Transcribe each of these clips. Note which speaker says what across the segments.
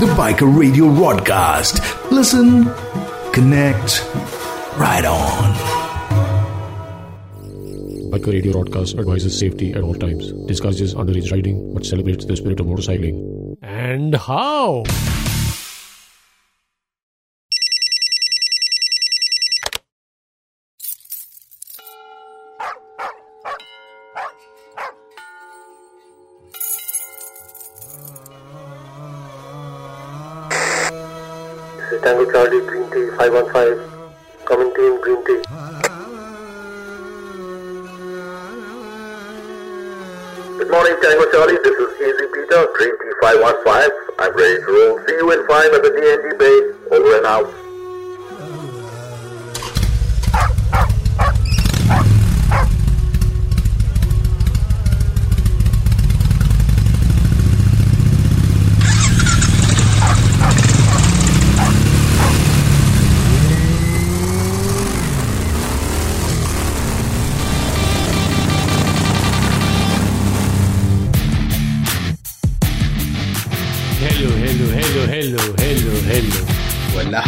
Speaker 1: the Biker Radio broadcast. Listen, connect, right on.
Speaker 2: Biker Radio Broadcast advises safety at all times, discourages underage riding, but celebrates the spirit of motorcycling. And how?
Speaker 3: This is Tango Charlie, Green Tea 515. Coming to you in Green Tea. Good morning, Tango Charlie. This is Easy Peter, Green Tea 515. I'm ready to roll. See you in 5 at the DND base. Over and out.
Speaker 2: Hello, hello, hello, hello, hello, hello.
Speaker 4: Voila.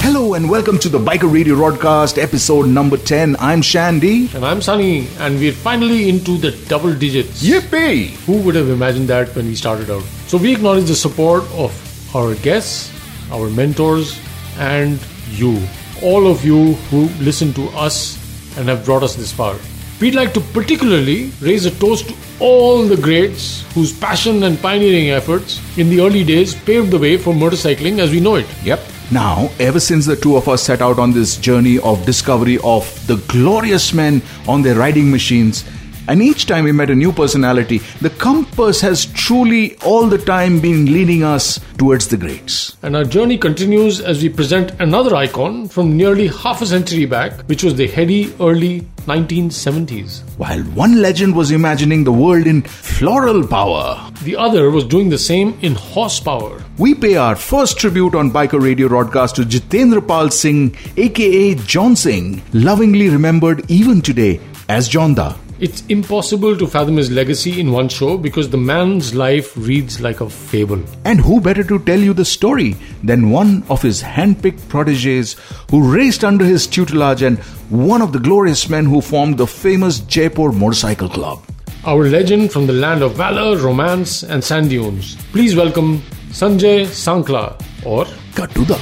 Speaker 1: Hello and welcome to the Biker Radio broadcast, episode number 10. I'm Shandy.
Speaker 2: And I'm Sunny, and we're finally into the double digits.
Speaker 1: Yippee!
Speaker 2: Who would have imagined that when we started out? So we acknowledge the support of our guests, our mentors, and you. All of you who listen to us and have brought us this far. We'd like to particularly raise a toast to all the greats whose passion and pioneering efforts in the early days paved the way for motorcycling as we know it.
Speaker 1: Yep. Now, ever since the two of us set out on this journey of discovery of the glorious men on their riding machines, and each time we met a new personality, the compass has truly all the time been leading us towards the greats.
Speaker 2: And our journey continues as we present another icon from nearly half a century back, which was the heady early 1970s.
Speaker 1: While one legend was imagining the world in floral power,
Speaker 2: The other was doing the same in horsepower.
Speaker 1: we pay our first tribute on Biker Radio broadcast to Jitendra Pal Singh, aka John Singh, lovingly remembered even today as John Da.
Speaker 2: It's impossible to fathom his legacy in one show because the man's life reads like a fable.
Speaker 1: And who better to tell you the story than one of his handpicked proteges who raced under his tutelage and one of the glorious men who formed the famous Jaipur Motorcycle Club?
Speaker 2: Our legend from the land of valor, romance, and sand dunes. Please welcome Sanjay Sankla, or
Speaker 1: Katuda.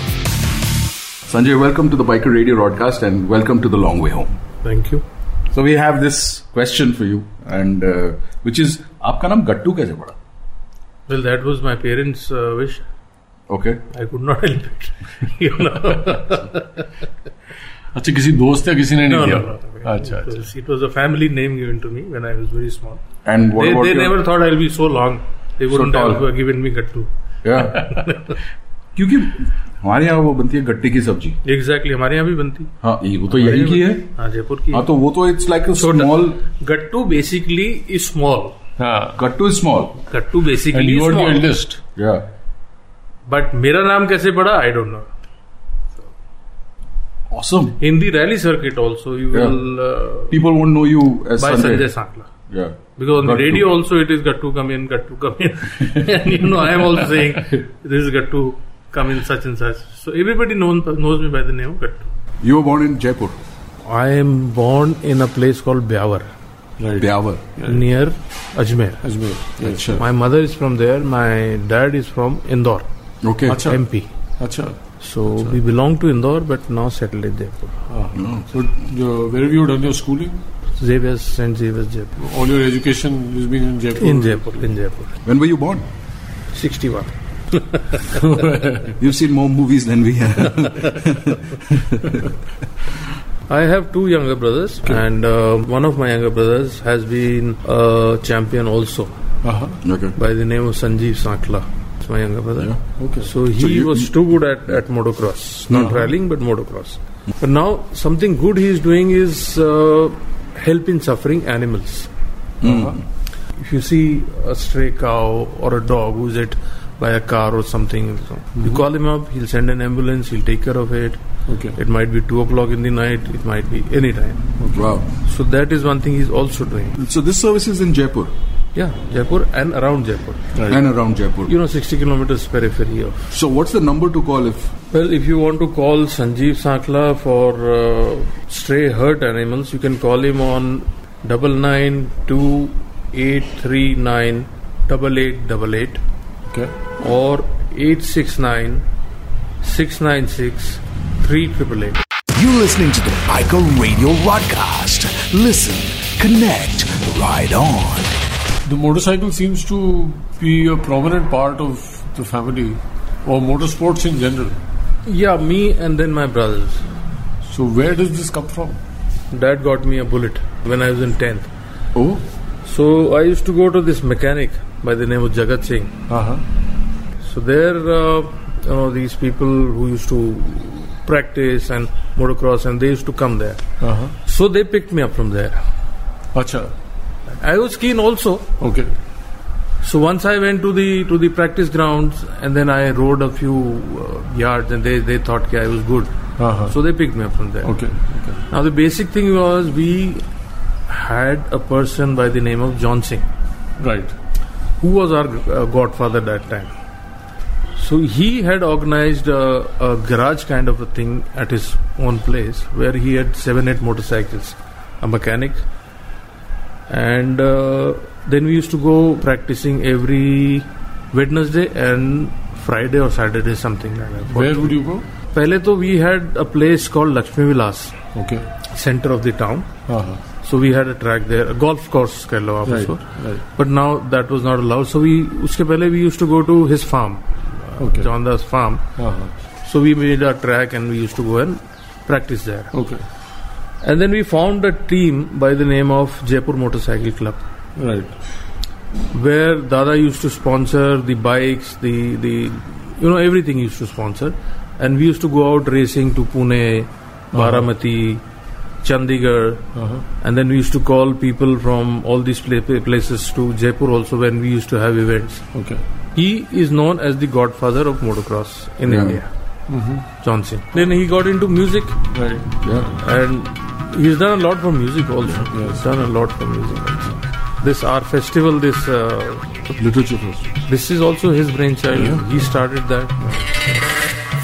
Speaker 4: Sanjay, welcome to the Biker Radio broadcast and welcome to the long way home.
Speaker 5: Thank you
Speaker 4: So we have this question for you, and uh, which is, आपका नाम गट्टू कैसे पड़ा?
Speaker 5: Well that was my parents wish
Speaker 4: okay
Speaker 5: I could not help it you no
Speaker 4: अच्छा किसी दोस्त या किसी ने नहीं दिया अच्छा अच्छा
Speaker 5: it was a family name given to me when I was very small
Speaker 4: and
Speaker 5: they
Speaker 4: what
Speaker 5: they never
Speaker 4: about
Speaker 5: thought I will be so long they wouldn't
Speaker 4: tall.
Speaker 5: Have given me Gattu
Speaker 4: या क्योंकि हमारे यहाँ वो बनती है गट्टी की सब्जी
Speaker 5: एग्जैक्टली हमारे यहाँ भी बनती
Speaker 4: हाँ ये- वो तो यही की है
Speaker 5: हाँ जयपुर की
Speaker 4: हाँ तो वो तो इट्स लाइक
Speaker 5: छोटा।
Speaker 4: Small
Speaker 5: Gattu basically is small
Speaker 4: Gattu small
Speaker 5: Gattu basically
Speaker 4: या
Speaker 5: बट मेरा नाम कैसे पड़ा I don't know
Speaker 4: awesome
Speaker 5: in the rally circuit also you
Speaker 4: Yeah.
Speaker 5: Will
Speaker 4: people won't know you as
Speaker 5: by
Speaker 4: Sanjay
Speaker 5: Sanjay Sankla
Speaker 4: या
Speaker 5: Because on the
Speaker 4: Gattu.
Speaker 5: radio also it is Gattu come in, Gattu come in. and you know, I am also saying this is Gattu come in such and such. So everybody known, knows me by the name of Gattu.
Speaker 4: You were born in Jaipur
Speaker 5: I am born in a place called Byawar
Speaker 4: Beawar
Speaker 5: near Ajmer.
Speaker 4: अच्छा
Speaker 5: My mother is from there, my dad is from Indore,
Speaker 4: okay
Speaker 5: MP.
Speaker 6: Acha.
Speaker 5: So we belong to Indore but now settled in Jaipur.
Speaker 6: So, uh, where have you done your schooling?
Speaker 5: Xavier's St. Xavier's Jaipur.
Speaker 6: All your education has been in Jaipur.
Speaker 5: In Jaipur, in Jaipur.
Speaker 4: When were you born
Speaker 5: 61.
Speaker 4: You've seen more movies than we have.
Speaker 5: I have two younger brothers, and uh, one of my younger brothers has been a champion also
Speaker 6: Uh-huh.
Speaker 4: okay.
Speaker 5: by the name of Sanjeev Sankla. It's my younger brother.
Speaker 6: Okay.
Speaker 5: So he
Speaker 4: you-
Speaker 5: was too good at, at motocross, not rallying but motocross. But now something good he is doing is uh, help in suffering animals. Uh-huh. If you see a stray cow or a dog who's hit by a car or something, you call him up. He'll send an ambulance. He'll take care of it.
Speaker 6: Okay.
Speaker 5: It might be two o'clock in the night. It might be any time.
Speaker 4: Wow.
Speaker 5: So that is one thing he's also doing.
Speaker 4: So this service is in Jaipur.
Speaker 5: Yeah, Jaipur and around Jaipur.
Speaker 4: and around Jaipur.
Speaker 5: You know, 60 kilometers periphery of.
Speaker 4: so what's the number to call if
Speaker 5: Well, if you want to call Sanjeev Sakla for uh, stray hurt animals, you can call him on double nine two eight three nine double eight double eight
Speaker 6: Okay.
Speaker 5: or eight six nine six nine six three triple eight.
Speaker 7: You're listening to the Biker Radio Rodcast. Listen, connect, ride on.
Speaker 6: The motorcycle seems to be a prominent part of the family or motorsports in general.
Speaker 5: Yeah, me and then my brothers.
Speaker 6: So where does this come from?
Speaker 5: Dad got me a bullet when I was in tenth.
Speaker 6: Oh,
Speaker 5: So I used to go to this mechanic by the name of Jagat Singh.
Speaker 6: uh-huh.
Speaker 5: So there, uh, you know, these people who used to practice and motocross, and they used to come there.
Speaker 6: Uh-huh.
Speaker 5: So they picked me up from there.
Speaker 6: Acha.
Speaker 5: I was keen also.
Speaker 6: Okay.
Speaker 5: So once I went to the to the practice grounds, and then I rode a few uh, yards, and they they thought ki I was good.
Speaker 6: Uh-huh.
Speaker 5: So they picked me up from there.
Speaker 6: Okay. Okay.
Speaker 5: Now the basic thing was we had a person by the name of John Singh.
Speaker 6: Right.
Speaker 5: who was our uh, godfather that time. So he had organized a, a garage kind of a thing at his own place where he had seven, eight motorcycles, a mechanic. And uh, then we used to go practicing every Wednesday and Friday or Saturday, something like that.
Speaker 6: Where would you go?
Speaker 5: Pehle to we had a place called Lakshmi Vilas,
Speaker 6: Okay.
Speaker 5: center of the town.
Speaker 6: Uh-huh.
Speaker 5: So we had a track there, a golf course कह लो आप
Speaker 6: Right.
Speaker 5: उसको.
Speaker 6: Right.
Speaker 5: But now that was not allowed. So we उसके पहले we used to go to his farm,
Speaker 6: Okay.
Speaker 5: John Das farm.
Speaker 6: Uh-huh.
Speaker 5: So we made a track and we used to go and practice there.
Speaker 6: Okay.
Speaker 5: And then we found a team by the name of Jaipur Motorcycle Club,
Speaker 6: Right.
Speaker 5: where Dada used to sponsor the bikes, the the you know everything he used to sponsor, and we used to go out racing to Pune, Baramati, Chandigarh.
Speaker 6: Uh-huh.
Speaker 5: And then we used to call people from all these pla- places to Jaipur also when we used to have events.
Speaker 6: Okay.
Speaker 5: He is known as the godfather of motocross in
Speaker 4: Yeah.
Speaker 5: India, John Singh. Then he got into music
Speaker 6: Right.
Speaker 4: yeah
Speaker 5: and he's done a lot for music also. He's done a lot for music also. This art festival, this uh,
Speaker 6: Literature first.
Speaker 5: this is also his brainchild. He started that.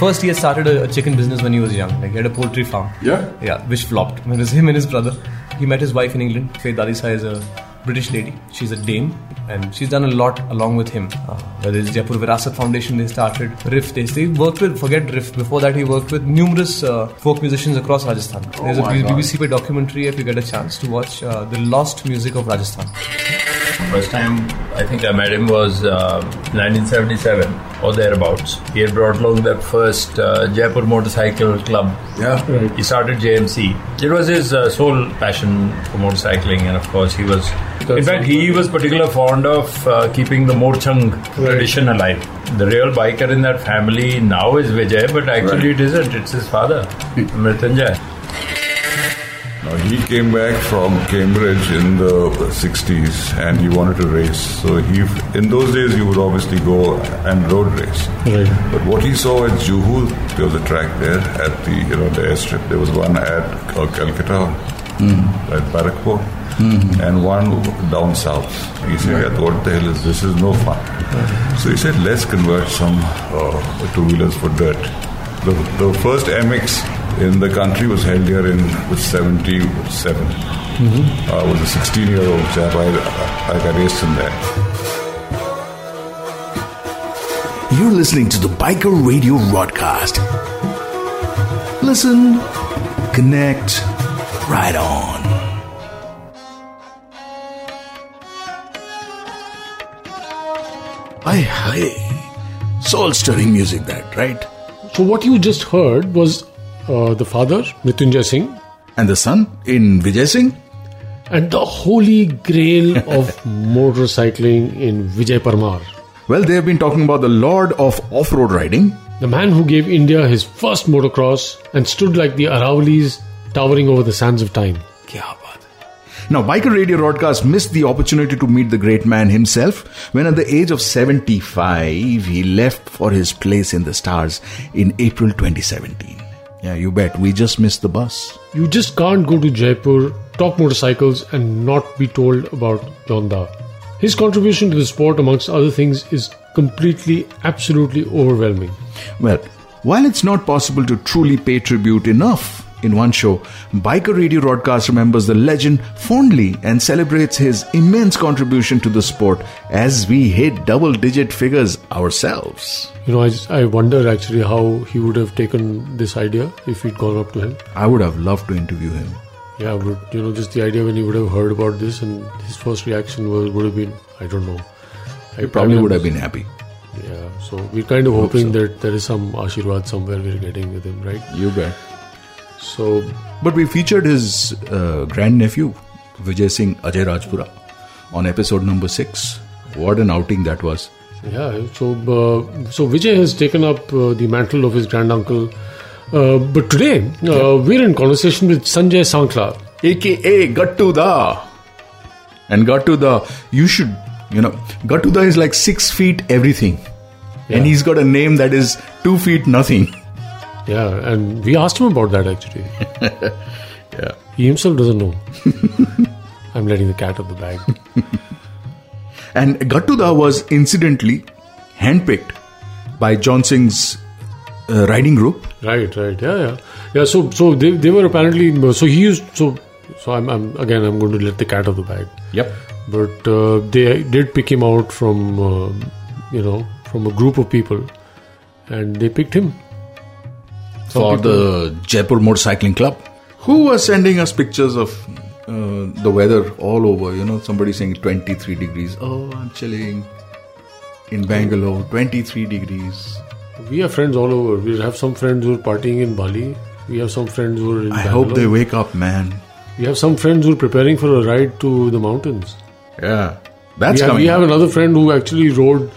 Speaker 8: First, he had started a, a chicken business when he was young. Like, he had a poultry farm.
Speaker 4: yeah
Speaker 8: Yeah, which flopped. It was him and his brother. He met his wife in England. Faith Dalisa is a British lady. She's a dame. And she's done a lot along with him. Uh, whether it's Jaipur Virasat Foundation, they started Riff. They, they worked with, forget Riff, before that he worked with numerous uh, folk musicians across Rajasthan. There's a BBC Pe documentary if you get a chance to watch uh, The Lost Music of Rajasthan.
Speaker 9: First time I think I met him was uh, 1977 or thereabouts. He had brought along that first uh, Jaipur Motorcycle Club.
Speaker 4: Yeah.
Speaker 9: He started JMC. It was his uh, sole passion for motorcycling, and of course, he was. in fact, he was particularly fond of uh, keeping the Morchang tradition alive. The real biker in that family now is Vijay, but actually it isn't. It's his father, Mritanjay.
Speaker 10: Now, he came back from Cambridge in the 60s and he wanted to race. So he, in those days, you would obviously go and road race.
Speaker 6: Right.
Speaker 10: But what he saw at Juhu, there was a track there at the you know the airstrip. There was one at uh, Calcutta, at Barakpur, and one down south. He said, "Yeah, "What the hell is this? Is no fun." So he said, "Let's convert some uh, two wheelers for dirt." The, the first MX in the country was held here in '77.
Speaker 5: Mm-hmm.
Speaker 10: I was a 16-year-old chap. I, I got raced in that.
Speaker 7: You're listening to the Biker Radio Rodcast. Listen, connect, ride on. Hi, hi. Soul stirring music, that, right?
Speaker 6: So what you just heard was uh, the father, Mrityunjay Singh,
Speaker 1: And the son in Vijay Singh?
Speaker 6: and the holy grail of motorcycling in Vijay Parmar.
Speaker 1: Well, they have been talking about the lord of off road riding.
Speaker 6: The man who gave India his first motocross and stood like the Aravalis towering over the sands of time.
Speaker 1: Now, Biker Radio Broadcast missed the opportunity to meet the great man himself when, at the age of 75, he left for his place in the stars in April 2017. Yeah, you bet. We just missed the bus.
Speaker 6: You just can't go to Jaipur, talk motorcycles, and not be told about Jonda.
Speaker 2: His contribution to the sport, amongst other things, is completely, absolutely overwhelming.
Speaker 1: Well, while it's not possible to truly pay tribute enough in one show, Biker Radio Broadcast remembers the legend fondly and celebrates his immense contribution to the sport as we hit double digit figures ourselves.
Speaker 2: You know, I, just- I wonder actually how he would have taken this idea if we'd gone up to him.
Speaker 1: I would have loved to interview him.
Speaker 2: Yeah, but you know, just the idea when he would have heard about this and his first reaction was, would have been, I don't know.
Speaker 1: He probably would have been happy.
Speaker 2: Yeah, so we're kind of
Speaker 1: Hope
Speaker 2: hoping that there is some Ashirwad somewhere we're getting with him, right?
Speaker 1: You bet.
Speaker 2: So,
Speaker 1: But we featured his uh, grandnephew, Vijay Singh Ajay Rajpura, on episode number six. What an outing that was.
Speaker 2: Yeah, so uh, so Vijay has taken up uh, the mantle of his granduncle. Uh, but today, uh, we're in conversation with Sanjay Sankla.
Speaker 1: aka Gattu Da. And Gattu Da, you should, you know, Gattu Da is like six feet everything. And he's got a name that is two feet nothing.
Speaker 2: Yeah, and we asked him about that actually.
Speaker 1: yeah.
Speaker 2: He himself doesn't know. I'm letting the cat out of the bag.
Speaker 1: And Gattu Da was incidentally handpicked by John Singh's uh, riding group.
Speaker 2: Right, right. Yeah, yeah. Yeah, so so they, they were apparently. So he used. So, so I'm, I'm again, I'm going to let the cat out of the bag.
Speaker 4: Yep.
Speaker 2: But uh, they did pick him out from, uh, you know, from a group of people. And they picked him. Some
Speaker 1: for
Speaker 2: people-
Speaker 1: the Jaipur Motorcycling Club, who were sending us pictures of uh, the weather all over. You know, somebody saying 23 degrees. Oh, I'm chilling in Bangalore, 23 degrees.
Speaker 2: We have friends all over. We have some friends who are partying in Bali. We have some friends who are in
Speaker 1: I hope they
Speaker 2: Bangalore.
Speaker 1: wake up, man.
Speaker 2: We have some friends who are preparing for a ride to the mountains.
Speaker 1: Yeah, that's
Speaker 2: we have,
Speaker 1: coming.
Speaker 2: We have another friend who actually rode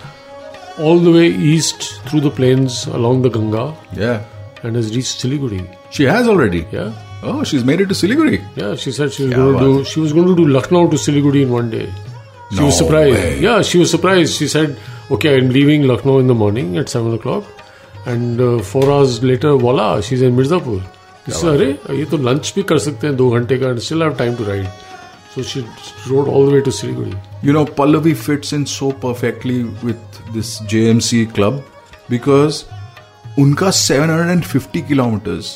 Speaker 2: all the way east through the plains along the Ganga
Speaker 1: yeah,
Speaker 2: and has reached Siliguri.
Speaker 1: she has already.
Speaker 2: Yeah.
Speaker 1: Oh, she's made it to Siliguri.
Speaker 2: Yeah, she said she was
Speaker 1: Kya
Speaker 2: going to
Speaker 1: baat
Speaker 2: do. She was going to do Lucknow to Siliguri in one day. She was
Speaker 1: No
Speaker 2: surprised.
Speaker 1: way.
Speaker 2: Yeah, she was surprised. She said, "Okay, I'm leaving Lucknow in the morning at seven o'clock," and uh, four hours later, voila, she's in Mirzapur. She said, "अरे ये तो lunch भी कर सकते हैं दो घंटे का and still have time to ride." So she rode all the way to Siliguri.
Speaker 1: You know, Pallavi fits in so perfectly with this JMC club because उनका 750 किलोमीटर्स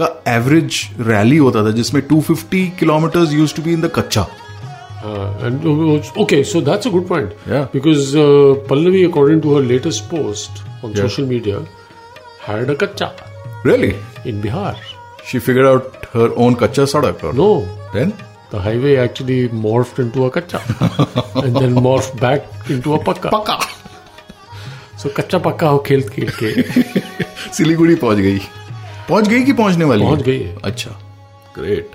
Speaker 1: का एवरेज रैली होता था जिसमें 250 kilometres use to be in the कच्चा
Speaker 2: Uh, and uh, okay, so that's a good point.
Speaker 1: Yeah.
Speaker 2: Because uh, Pallavi, according to her latest post on
Speaker 1: Yeah.
Speaker 2: social media, had a kacha
Speaker 1: really
Speaker 2: in Bihar.
Speaker 1: She figure out her own कच्चा सड़क और
Speaker 2: No,
Speaker 1: then
Speaker 2: the highway actually morphed into a kacha and then morphed back into a pakka.
Speaker 1: पक्का
Speaker 2: So kacha pakka ho khel khel ke
Speaker 1: Siliguri पहुंच गई पहुंच गई कि पहुंचने वाली है?
Speaker 2: पहुंच गई है.
Speaker 1: अच्छा ग्रेट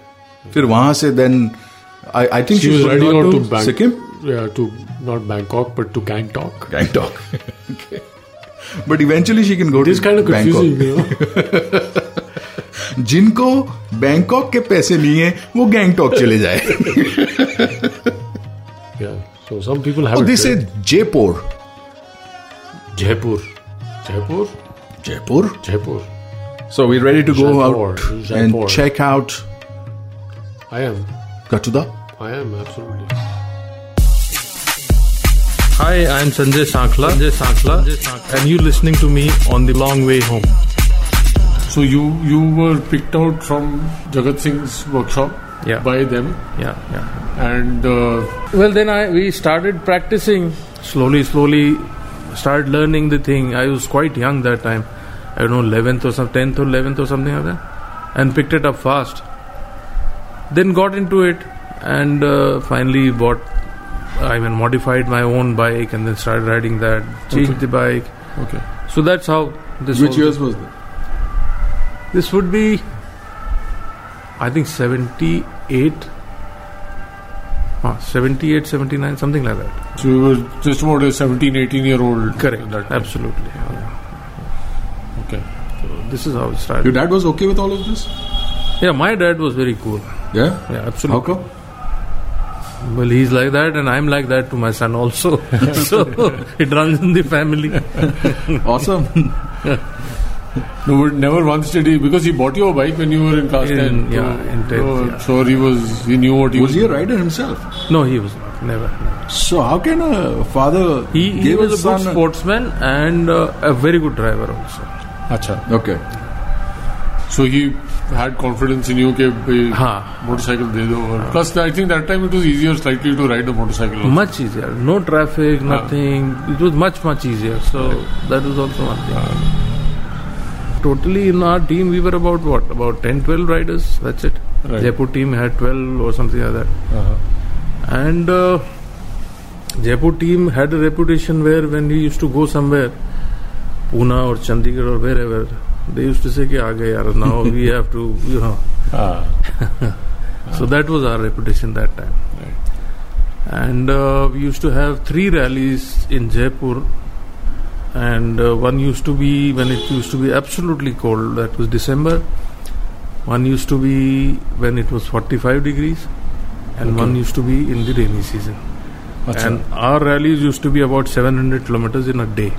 Speaker 1: फिर वहां से then I I think
Speaker 2: She was riding out to Bangkok.
Speaker 1: Sikkim
Speaker 2: Yeah, to not Bangkok but to Gangtok.
Speaker 1: Gangtok. But eventually she can go
Speaker 2: This
Speaker 1: to
Speaker 2: kind of confusing,
Speaker 1: Bangkok.
Speaker 2: you know.
Speaker 1: जिनको Bangkok के पैसे नहीं है वो गैंगटॉक चले जाए
Speaker 2: Yeah. So some people have.
Speaker 1: और
Speaker 2: it
Speaker 1: this
Speaker 2: there.
Speaker 1: Is Jaipur
Speaker 2: Jaipur, Jaipur,
Speaker 1: Jaipur
Speaker 2: Jaipur.
Speaker 1: So we ready to go
Speaker 2: Jaipur,
Speaker 1: out and
Speaker 2: Jaipur.
Speaker 1: Check out
Speaker 2: I am.
Speaker 1: कटुदा
Speaker 2: I am absolutely.
Speaker 5: Hi, I'm Sanjay Sankla, Sanjay Sankla, and you're listening to me on the long way home.
Speaker 6: So you you were picked out from Jagat Singh's workshop
Speaker 5: Yeah.
Speaker 6: by them,
Speaker 5: Yeah, yeah.
Speaker 6: and uh,
Speaker 5: Well, then I we started practicing slowly, slowly. Started learning the thing. I was quite young that time. I don't know, 11th or some 10th or 11th or something like that, and picked it up fast. Then got into it, and uh, finally bought. I mean, modified my own bike, and then started riding that. Changed the bike.
Speaker 6: okay,
Speaker 5: So that's how this.
Speaker 6: which
Speaker 5: whole-
Speaker 6: years was that?
Speaker 5: This would be, I think, 78. Ah, 78, 79, something like that.
Speaker 6: So you were just about a 17, 18 year old.
Speaker 5: Correct.
Speaker 6: at That time.
Speaker 5: Absolutely.
Speaker 6: Okay.
Speaker 5: This is how it
Speaker 4: Your
Speaker 5: started.
Speaker 4: dad was okay with all of this?
Speaker 5: Yeah, my dad was very cool.
Speaker 4: Yeah.
Speaker 5: Yeah,
Speaker 4: How
Speaker 5: absolutely.
Speaker 4: come?
Speaker 5: Well, he's like that, and I'm like that to my son also. so it runs in the family.
Speaker 4: Awesome.
Speaker 6: No, but never once did he because he bought your bike when you were in class
Speaker 5: In-
Speaker 6: ten.
Speaker 5: yeah,
Speaker 6: so,
Speaker 5: in 10th,
Speaker 6: so-
Speaker 5: yeah.
Speaker 6: so he was he knew what he
Speaker 1: Was
Speaker 6: was.
Speaker 1: he a rider himself?
Speaker 5: No, he was not. Never.
Speaker 1: So how can a father
Speaker 5: He, he
Speaker 1: give
Speaker 5: was
Speaker 1: his
Speaker 5: a good
Speaker 1: son
Speaker 5: sportsman and uh, a very good driver also.
Speaker 6: Acha.
Speaker 1: Okay.
Speaker 6: So he had confidence in you that
Speaker 5: Haan.
Speaker 6: motorcycle de do. Or, Plus, I think that time it was easier slightly to ride a motorcycle.
Speaker 5: Much easier. No traffic, nothing. It was much, much easier. So that was also one thing. Totally in our team, we were about what? About 10, 12 riders. That's it.
Speaker 6: Right.
Speaker 5: Jaipur team had 12 or something like that. And uh, Jaipur team had a reputation where when we used to go somewhere, Pune or Chandigarh or wherever, they used to say, Ki, aa gaye yaar, now we have to, you know.
Speaker 6: Ah,
Speaker 5: So that was our reputation that time. And uh, we used to have three rallies in Jaipur. And uh, one used to be when it used to be absolutely cold, that was December. One used to be when it was 45 degrees. And one used to be in the rainy season. And our rallies used to be about 700 kilometers in a day.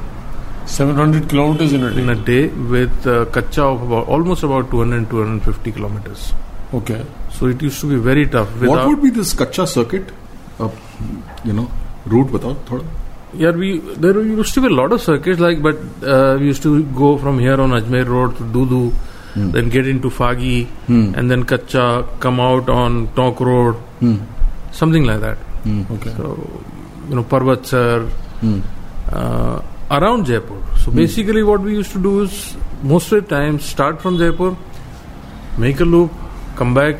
Speaker 6: Seven hundred kilometers in a day.
Speaker 5: In a day with uh, kacha of about almost about 200 250 kilometers.
Speaker 6: Okay.
Speaker 5: So it used to be very tough.
Speaker 1: what
Speaker 5: without-
Speaker 1: would be this kacha circuit? Uh, you know, route without thoda.
Speaker 5: Yeah, we there used to be a lot of circuits like, but uh, we used to go from here on Ajmer Road to Dudu, then get into Fagi, and then Kacha, come out on Tonk Road, something like that.
Speaker 6: Okay.
Speaker 5: So, you know, Parvatsar, uh, around Jaipur. So basically, what we used to do is most of the time start from Jaipur, make a loop, come back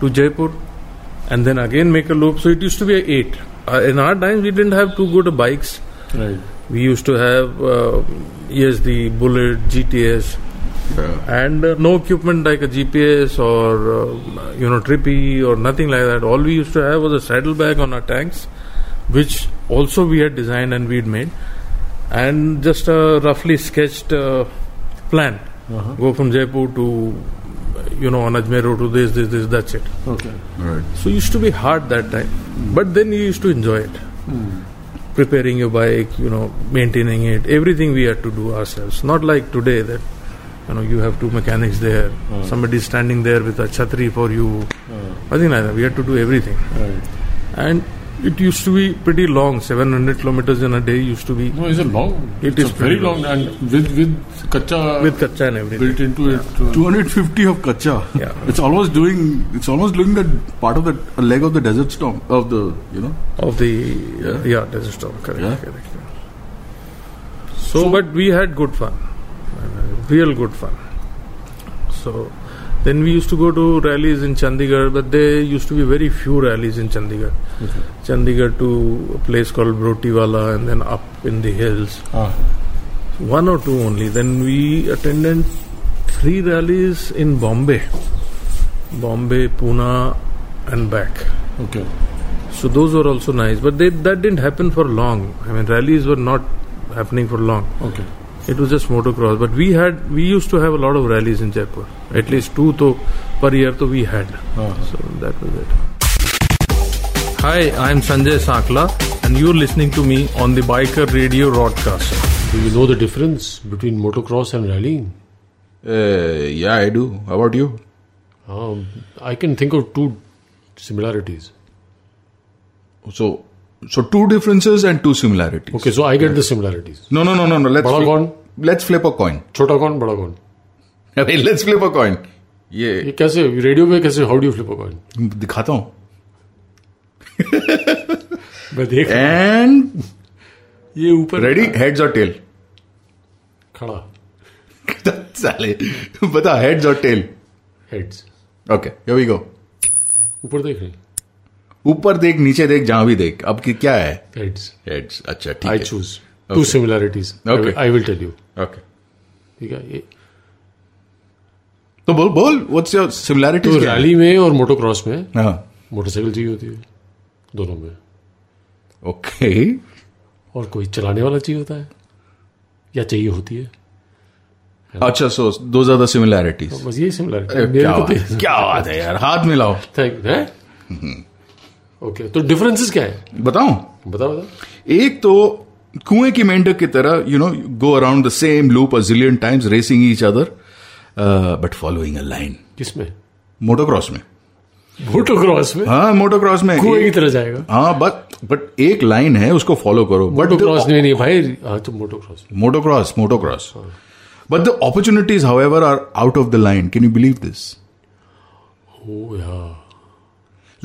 Speaker 5: to Jaipur, and then again make a loop. So it used to be a eight. Uh, in our times, we didn't have too good a bikes.
Speaker 6: Right.
Speaker 5: We used to have uh, yes, the Bullet GTS. And uh, no equipment like a GPS or uh, you know trippy or nothing like that. All we used to have was a saddlebag on our tanks, which also we had designed and we'd made, and just a roughly sketched uh, plan.
Speaker 6: Uh-huh.
Speaker 5: Go from Jaipur to you know on Ajmer road to this, this, this. That's it.
Speaker 6: Okay.
Speaker 5: So it used to be hard that time, but then you used to enjoy it.
Speaker 6: Hmm.
Speaker 5: Preparing your bike, you know, maintaining it, everything we had to do ourselves. Not like today that you know you have two mechanics there,
Speaker 6: Hmm.
Speaker 5: somebody is standing there with a chhatri for you. Nothing like that. We had to do everything,
Speaker 6: Right.
Speaker 5: and it used to be pretty long. 700 kilometers in a day used to be
Speaker 6: No, it's a long.
Speaker 5: It
Speaker 6: it's
Speaker 5: is
Speaker 6: a very
Speaker 5: pretty
Speaker 6: long, and with with kacha
Speaker 5: with kacha and everything.
Speaker 6: built into it. uh,
Speaker 1: 250 of kacha.
Speaker 5: Yeah.
Speaker 1: It's almost doing. It's almost doing that part of the a leg of the desert storm of the you know.
Speaker 5: of the yeah, yeah desert storm correct,
Speaker 1: Yeah.
Speaker 5: correct. yeah. So, but we had good fun uh, real good fun so then we used to go to rallies in Chandigarh but there used to be very few rallies in Chandigarh Chandigarh to a place called Brotiwala and then up in the hills
Speaker 6: Ah.
Speaker 5: one or two only then we attended three rallies in Bombay Bombay Pune and back
Speaker 6: Okay.
Speaker 5: so those were also nice, but they, that didn't happen for long. I mean, rallies were not happening for long.
Speaker 6: Okay.
Speaker 5: It was just motocross. But we had we used to have a lot of rallies in Jaipur. At least two to per year, to we had. So that was it. Hi, I'm Sanjay Sakla, and you're listening to me on the Biker Radio Broadcast.
Speaker 6: Do you know the difference between motocross and rallying?
Speaker 4: Uh, yeah, I do. How about you?
Speaker 6: Um, I can think of two similarities.
Speaker 1: So so two differences and two similarities.
Speaker 6: Okay, so I get the similarities.
Speaker 1: No no no no no. Let's
Speaker 6: बड़ा
Speaker 1: flip-
Speaker 6: कौन?
Speaker 1: let's flip a coin.
Speaker 6: छोटा कौन बड़ा कौन
Speaker 1: I mean, let's flip a coin.
Speaker 6: ये
Speaker 1: ये
Speaker 6: कैसे radio पे कैसे how do flip a coin
Speaker 1: दिखाता हूँ.
Speaker 6: मैं देख
Speaker 1: And
Speaker 6: ये ऊपर
Speaker 1: ready heads or tail.
Speaker 6: खड़ा
Speaker 1: साले बता heads or tail.
Speaker 6: Heads
Speaker 1: Okay, here we go.
Speaker 6: ऊपर देख रहे
Speaker 1: ऊपर देख नीचे देख जहां भी देख अब कि क्या है
Speaker 6: हेड्स
Speaker 1: हेड्स अच्छा
Speaker 6: आई
Speaker 1: ठीक
Speaker 6: choose to similarities
Speaker 1: Okay.
Speaker 6: I will tell you
Speaker 1: है ओके
Speaker 6: ठीक है ये
Speaker 1: तो बोल बोल व्हाट्स योर सिमिलैरिटी
Speaker 6: तो रैली में और मोटोक्रॉस में
Speaker 1: हां
Speaker 6: मोटरसाइकिल चाहिए होती है दोनों में
Speaker 1: ओके
Speaker 6: और कोई चलाने वाला चाहिए होता है या चाहिए होती है
Speaker 1: अच्छा so those are the similarities
Speaker 6: बस यही सिमिलैरिटी
Speaker 1: क्या बात है, क्या बात है यार हाथ मिलाओ
Speaker 6: थैंक है
Speaker 1: हम्म।
Speaker 6: ओके तो डिफरेंसेस क्या है
Speaker 1: बताऊं
Speaker 6: बताओ बताओ
Speaker 1: एक तो कुएं की मेंढक की तरह you know go around the same loop a zillion times racing each other but following a line
Speaker 2: किसमें
Speaker 1: मोटोक्रॉस में
Speaker 2: मोटोक्रॉस में
Speaker 1: हाँ मोटोक्रॉस में
Speaker 2: कुएं की
Speaker 1: एक-
Speaker 2: तरह जाएगा
Speaker 1: हाँ बट बट एक लाइन है उसको फॉलो करो बट
Speaker 2: मोटोक्रॉस नहीं नहीं भाई हाँ तो motocross
Speaker 1: motocross motocross but the opportunities however are out of the line can you believe this
Speaker 2: oh यार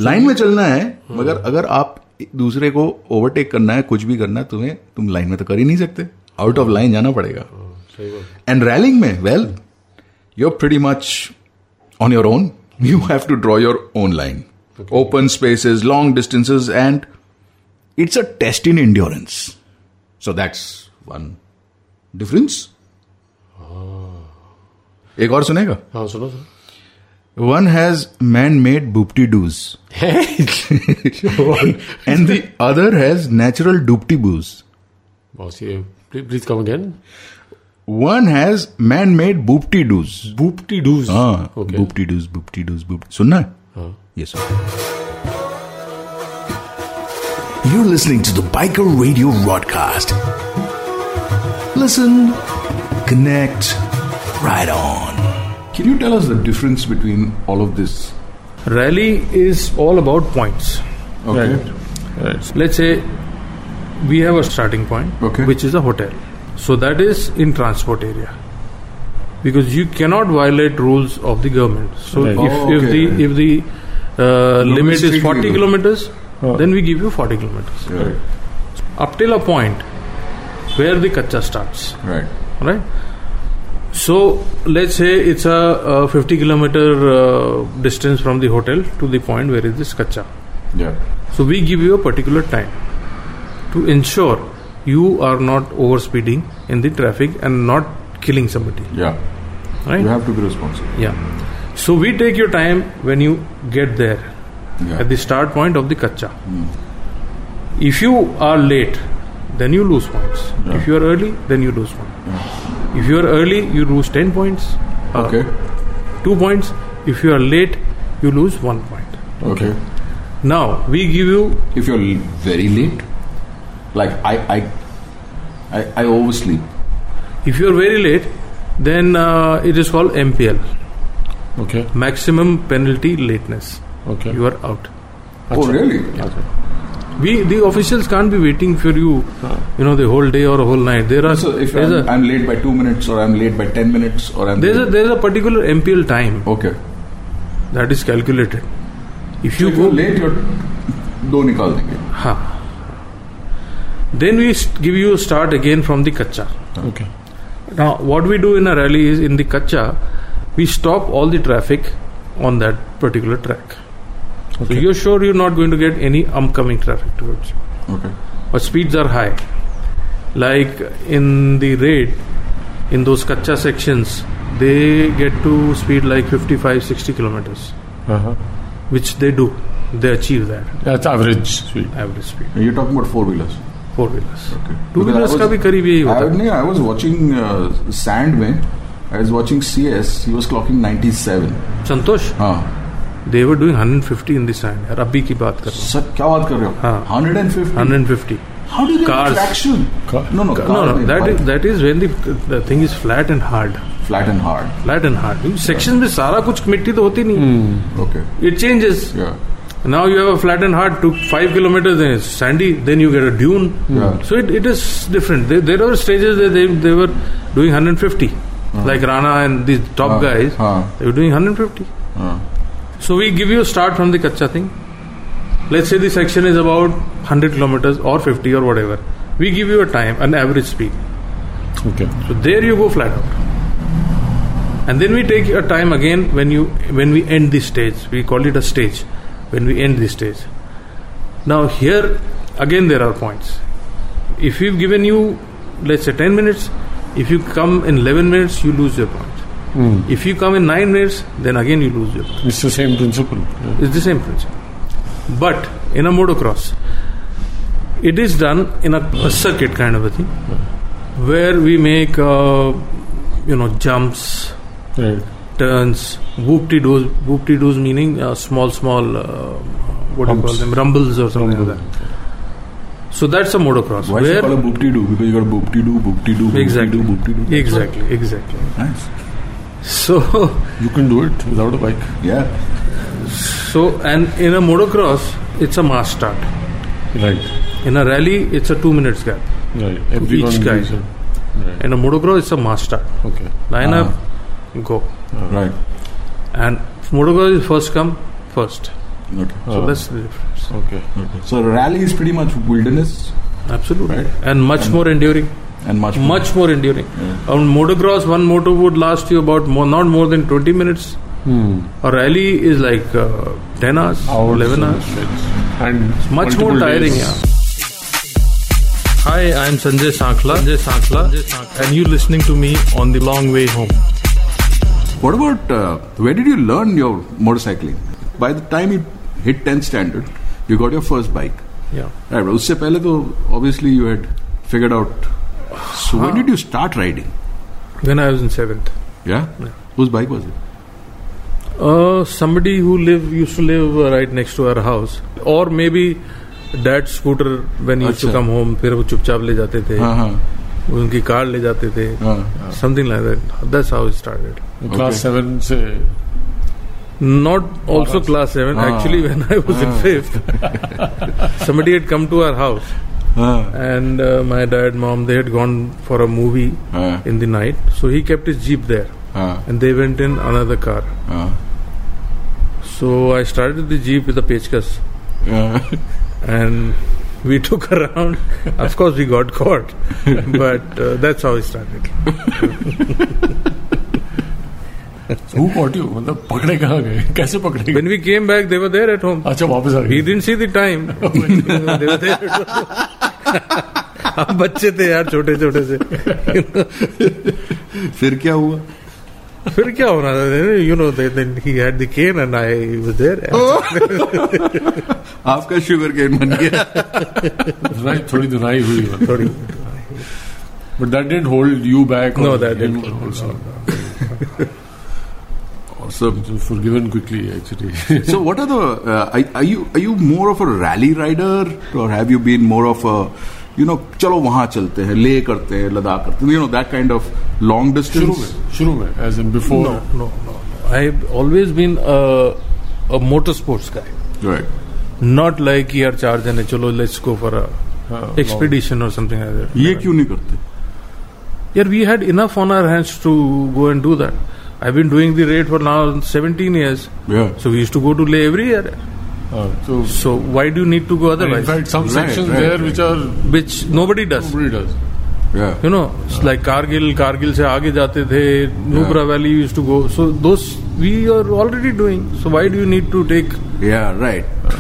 Speaker 1: लाइन में चलना है मगर अगर आप दूसरे को ओवरटेक करना है कुछ भी करना है तुम्हें तुम लाइन में तो कर ही नहीं सकते आउट ऑफ लाइन जाना पड़ेगा
Speaker 2: हाँ, सही बात
Speaker 1: एंड रैलिंग में well you pretty much on your own you have to draw your own line open spaces long distances and it's a test in endurance so that's one difference एक और सुनेगा
Speaker 2: हाँ सुनो sir
Speaker 1: One has man made boopty doos. and the other has natural doopty boos.
Speaker 2: Boss ये please come again
Speaker 1: One has man made boopty doos.
Speaker 2: Boopty doos
Speaker 1: Ah,
Speaker 2: Okay.
Speaker 1: boopty doos, boopty doos, boop. सुनना है?
Speaker 5: Ah.
Speaker 1: Yes, sir.
Speaker 7: You're listening to the Biker Radio broadcast. Listen, connect, ride on.
Speaker 4: Can you tell us the difference between all of this?
Speaker 5: Rally is all about points.
Speaker 4: Okay.
Speaker 5: Let's say we have a starting point,
Speaker 4: Okay.
Speaker 5: which is a hotel. So that is in transport area. Because you cannot violate rules of the government. So
Speaker 6: Right.
Speaker 5: if,
Speaker 4: Oh, okay.
Speaker 5: if the if the uh, limit is 40
Speaker 4: strictly-
Speaker 5: kilometers, then we give you 40 kilometers.
Speaker 4: Oh. Right.
Speaker 5: Up till a point where the kacha starts.
Speaker 4: Right.
Speaker 5: right so let's say it's a, uh 50 kilometer uh, distance from the hotel to the point where is this kacha
Speaker 4: Yeah.
Speaker 5: so we give you a particular time to ensure you are not overspeeding in the traffic and not killing somebody
Speaker 4: Yeah.
Speaker 5: right
Speaker 4: You have to be responsible.
Speaker 5: yeah so we take your time when you get there
Speaker 4: Yeah. Hmm.
Speaker 5: at the start point of the kacha if you are late then you lose points if you are early then you lose one if you are early you lose 10 points uh,
Speaker 4: Okay.
Speaker 5: 2 points if you are late you lose 1 point
Speaker 4: Okay.
Speaker 5: now we give you
Speaker 4: If you're l- very late, like I, I, I, I oversleep.
Speaker 5: if you are very late then uh, it is called mpl
Speaker 6: Okay.
Speaker 5: maximum penalty lateness
Speaker 6: Okay.
Speaker 5: you are out
Speaker 4: Oh, really?
Speaker 5: we the officials can't be waiting for you you know the whole day or whole night there are
Speaker 4: So if
Speaker 5: there's
Speaker 4: I'm,
Speaker 5: a
Speaker 4: I'm late by two minutes, or I'm late by ten minutes, or I'm
Speaker 5: there's a
Speaker 4: late-
Speaker 5: there's a particular mpl time
Speaker 4: okay.
Speaker 5: that is calculated if you
Speaker 4: If you're
Speaker 5: go हाँ।
Speaker 4: late, you're दो निकाल देंगे
Speaker 5: then we st- give you a start again from the kacha
Speaker 6: Okay.
Speaker 5: now what we do in a rally is in the kacha we stop all the traffic on that particular track so you're sure you're not going to get any oncoming traffic towards you
Speaker 4: Okay.
Speaker 5: or speeds are high like in the raid in those kacha sections they get to speed like 55 60 kilometers
Speaker 6: Uh-huh.
Speaker 5: which they do they achieve that
Speaker 6: That's average speed.
Speaker 5: average speed
Speaker 4: You're talking about four wheelers.
Speaker 5: four wheelers
Speaker 4: Because
Speaker 5: two
Speaker 4: I
Speaker 5: wheelers
Speaker 4: was-
Speaker 5: का भी करीब यही
Speaker 4: I,
Speaker 5: होता है
Speaker 4: नहीं, I was watching uh, Sand में. I was watching CS. He was clocking 97.
Speaker 5: Santosh
Speaker 1: Ah.
Speaker 4: हाँ.
Speaker 5: they were doing 150 in the sand यार अभी की बात कर रहा
Speaker 4: सर क्या बात कर रहे हो?
Speaker 5: हाँ.
Speaker 4: 150.
Speaker 5: हूँ 150
Speaker 4: How do you get
Speaker 5: Cars.
Speaker 4: traction? No, no, car
Speaker 5: no no
Speaker 4: नहीं,
Speaker 5: that
Speaker 4: bike.
Speaker 5: is that is when the the thing is flat and hard
Speaker 4: flat and hard.
Speaker 5: flat and hard section में सारा कुछ मिट्टी तो होती नहीं
Speaker 4: Okay.
Speaker 5: it changes
Speaker 4: Hmm. Yeah.
Speaker 5: Now you have a flat and hard to five kilometers, then it's sandy, then you get a dune.
Speaker 4: Yeah.
Speaker 5: So it, it is different. There, there were stages that they, they were doing 150, like Rana and these top
Speaker 4: Uh-huh. Uh,
Speaker 5: guys.
Speaker 4: uh.
Speaker 5: They were doing 150. So we give you a start from the Kacha thing. Let's say the section is about 100 kilometers or 50 or whatever. We give you a time, an average speed.
Speaker 6: Okay.
Speaker 5: So there you go flat out. And then we take a time again when you when we end this stage. We call it a stage. When we end this stage. Now here again there are points. If we've given you let's say 10 minutes, if you come in 11 minutes you lose your point. If you come in 9 minutes then again you lose your point.
Speaker 6: It's the same principle. Yeah.
Speaker 5: It's the same principle. But in a motocross, it is done in a, a circuit kind of a thing, where we make uh, you know jumps,
Speaker 6: Right.
Speaker 5: turns, whoop-de doos. Whoop-de-doos meaning uh, small, small uh, what do you call
Speaker 6: Humps.
Speaker 5: them, rumbles or something like
Speaker 6: Rumble.
Speaker 5: that. So that's a motocross.
Speaker 4: Why is it
Speaker 5: where
Speaker 4: called a boop doo? Because you got a boop doo, boop dee doo,
Speaker 5: Exactly.
Speaker 4: boop dee doo.
Speaker 5: Exactly, exactly.
Speaker 4: Nice.
Speaker 5: So
Speaker 4: You can do it without a bike. Yeah.
Speaker 5: so and in a motocross it's a mass start.
Speaker 6: Right.
Speaker 5: In a rally it's a two minutes gap.
Speaker 6: Right.
Speaker 5: to
Speaker 6: Everyone
Speaker 5: each guy.
Speaker 6: does it. Right.
Speaker 5: In a motocross it's a mass start.
Speaker 6: Okay.
Speaker 5: Line up, go.
Speaker 4: Right.
Speaker 5: And motocross is first come, first.
Speaker 4: Okay.
Speaker 5: So that's the difference.
Speaker 6: Okay.
Speaker 4: So rally is pretty much wilderness
Speaker 5: Absolutely.
Speaker 4: Right.
Speaker 5: And much more enduring.
Speaker 4: and much more.
Speaker 5: Much more enduring. On motocross, one motor would last you about more, not more than 20 minutes. A rally is like uh, 10 hours,
Speaker 6: Hours
Speaker 5: 11
Speaker 6: and
Speaker 5: hours.
Speaker 6: shit. And
Speaker 5: Much
Speaker 6: multiple
Speaker 5: more tiring,
Speaker 6: days.
Speaker 5: yeah. Hi, I'm Sanjay Sankla, Sanjay Sankla, and you're listening to me on the long way home.
Speaker 1: What about uh, where did you learn your motorcycling? By the time you hit 10th standard, you got your first bike.
Speaker 5: Yeah.
Speaker 1: Right, but उससे पहले तो obviously you had figured out. So when did you start riding?
Speaker 5: When I was in seventh,
Speaker 1: Yeah? Whose bike was it?
Speaker 5: uh, somebody who live used to live uh, right next to our house, or maybe dad's scooter when he used to
Speaker 1: अच्छा।
Speaker 5: come home, फिर वो चुपचाप ले जाते थे,
Speaker 1: हाँ
Speaker 4: Uh-huh.
Speaker 1: हाँ
Speaker 5: वो उनकी कार ले जाते थे,
Speaker 1: हाँ
Speaker 5: something like that. That's how it started.
Speaker 6: Class 7 से
Speaker 5: Not also class seven.
Speaker 1: हाँ।
Speaker 5: Actually, when I was in fifth, somebody had come to our house.
Speaker 1: हाँ
Speaker 5: And uh, my dad, mom, they had gone for a movie
Speaker 1: हाँ
Speaker 5: in the night. So he kept his Jeep there.
Speaker 4: Uh,
Speaker 1: हाँ
Speaker 5: And they went in another car.
Speaker 1: हाँ
Speaker 5: So I started the Jeep with a pechkas.
Speaker 1: हाँ
Speaker 5: And we took around. of course, we got caught. but uh, that's how it started.
Speaker 6: who caught you मतलब पकड़े कहाँ गए कैसे पकड़े
Speaker 5: When
Speaker 6: गए
Speaker 5: we came back, they were there at home.
Speaker 6: अच्छा वापस आ
Speaker 5: He
Speaker 6: गए
Speaker 5: didn't see the time. they were there at home. हम बच्चे थे यार छोटे छोटे से
Speaker 1: फिर क्या हुआ
Speaker 5: फिर क्या होना था you know then he had the cane and I was there
Speaker 1: आपका शुगर केन बन गया
Speaker 6: धुनाई थोड़ी धुनाई हुई थोड़ी but that didn't hold you back
Speaker 5: No, that didn't
Speaker 1: awesome
Speaker 6: forgiven quickly actually
Speaker 1: so what are the uh, are, are you are you more of a rally rider or have you been more of a you know चलो वहाँ चलते हैं ले करते हैं लद्दाख करते हैं you know that kind of long
Speaker 6: शुरू
Speaker 1: distance
Speaker 6: में शुरू में as in before
Speaker 5: No, no, no. I've always been a, a motorsports guy.
Speaker 1: right
Speaker 5: Not like ER charge and chalo, let's go for a expedition or something like that.
Speaker 1: ये क्यों नहीं करते
Speaker 5: Yeah, we had enough on our hands to go and do that. I've been doing the raid for now 17 years.
Speaker 1: yeah
Speaker 5: So we used to go to Leh every year.
Speaker 6: तो
Speaker 5: So why do you need to go
Speaker 6: in
Speaker 5: otherwise?
Speaker 6: fact some
Speaker 1: Right,
Speaker 6: sections
Speaker 1: right,
Speaker 6: there
Speaker 1: right.
Speaker 6: which are
Speaker 5: Which nobody does.
Speaker 6: nobody does
Speaker 1: yeah
Speaker 5: You know, it's like Kargil, Kargil से आगे जाते थे, Nubra Valley used to go. So those we are already doing. So why do you need to take
Speaker 1: yeah right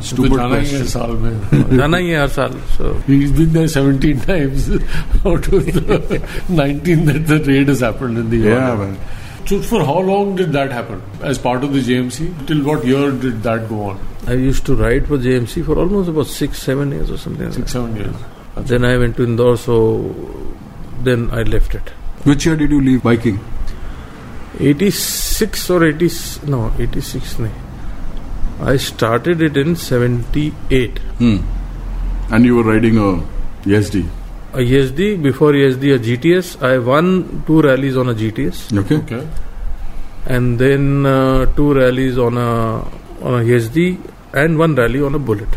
Speaker 6: तो
Speaker 1: stupid
Speaker 6: जाना ही है
Speaker 1: question
Speaker 6: साल में
Speaker 5: जाना ही है हर साल? So
Speaker 6: He's been there 17 times out of the 19 that the raid has happened in the year.
Speaker 1: yeah man
Speaker 6: So for how long did that happen as part of the JMC? Till what year did that go on?
Speaker 5: I used to ride for JMC for almost about six, seven years or something. Like
Speaker 6: Six, seven years.
Speaker 5: that. Then I went to Indore, so then I left it.
Speaker 1: which year did you leave biking
Speaker 5: 86 or 80, no, 86. nahi. I started it in 78.
Speaker 1: and you were riding a E ESD
Speaker 5: A ESD, before ESD, a GTS. I won two rallies on a GTS
Speaker 1: okay
Speaker 6: Okay.
Speaker 5: and then uh, two rallies on a, on a ESD and one rally on a bullet.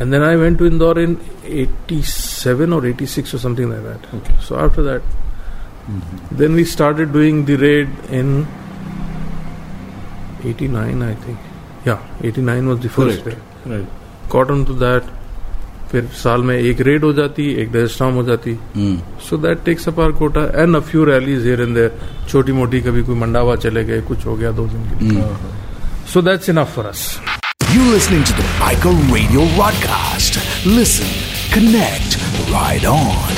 Speaker 5: And then I went to Indore in 87 or 86 or something like that.
Speaker 6: Okay. Mm-hmm.
Speaker 5: So after that, then we started doing the raid in 89, I think. Yeah, 89 was the first raid.
Speaker 6: Right.
Speaker 5: Caught on to that. फिर साल में एक red हो जाती एक डेस्टाम हो जाती so that takes up our quota and a few rallies here and there छोटी मोटी कभी कोई मंडावा चले गए कुछ हो गया दो दिन के लिए so that's enough for us
Speaker 7: You're listening to the Biker Radio Rodcast. Listen, connect, ride on.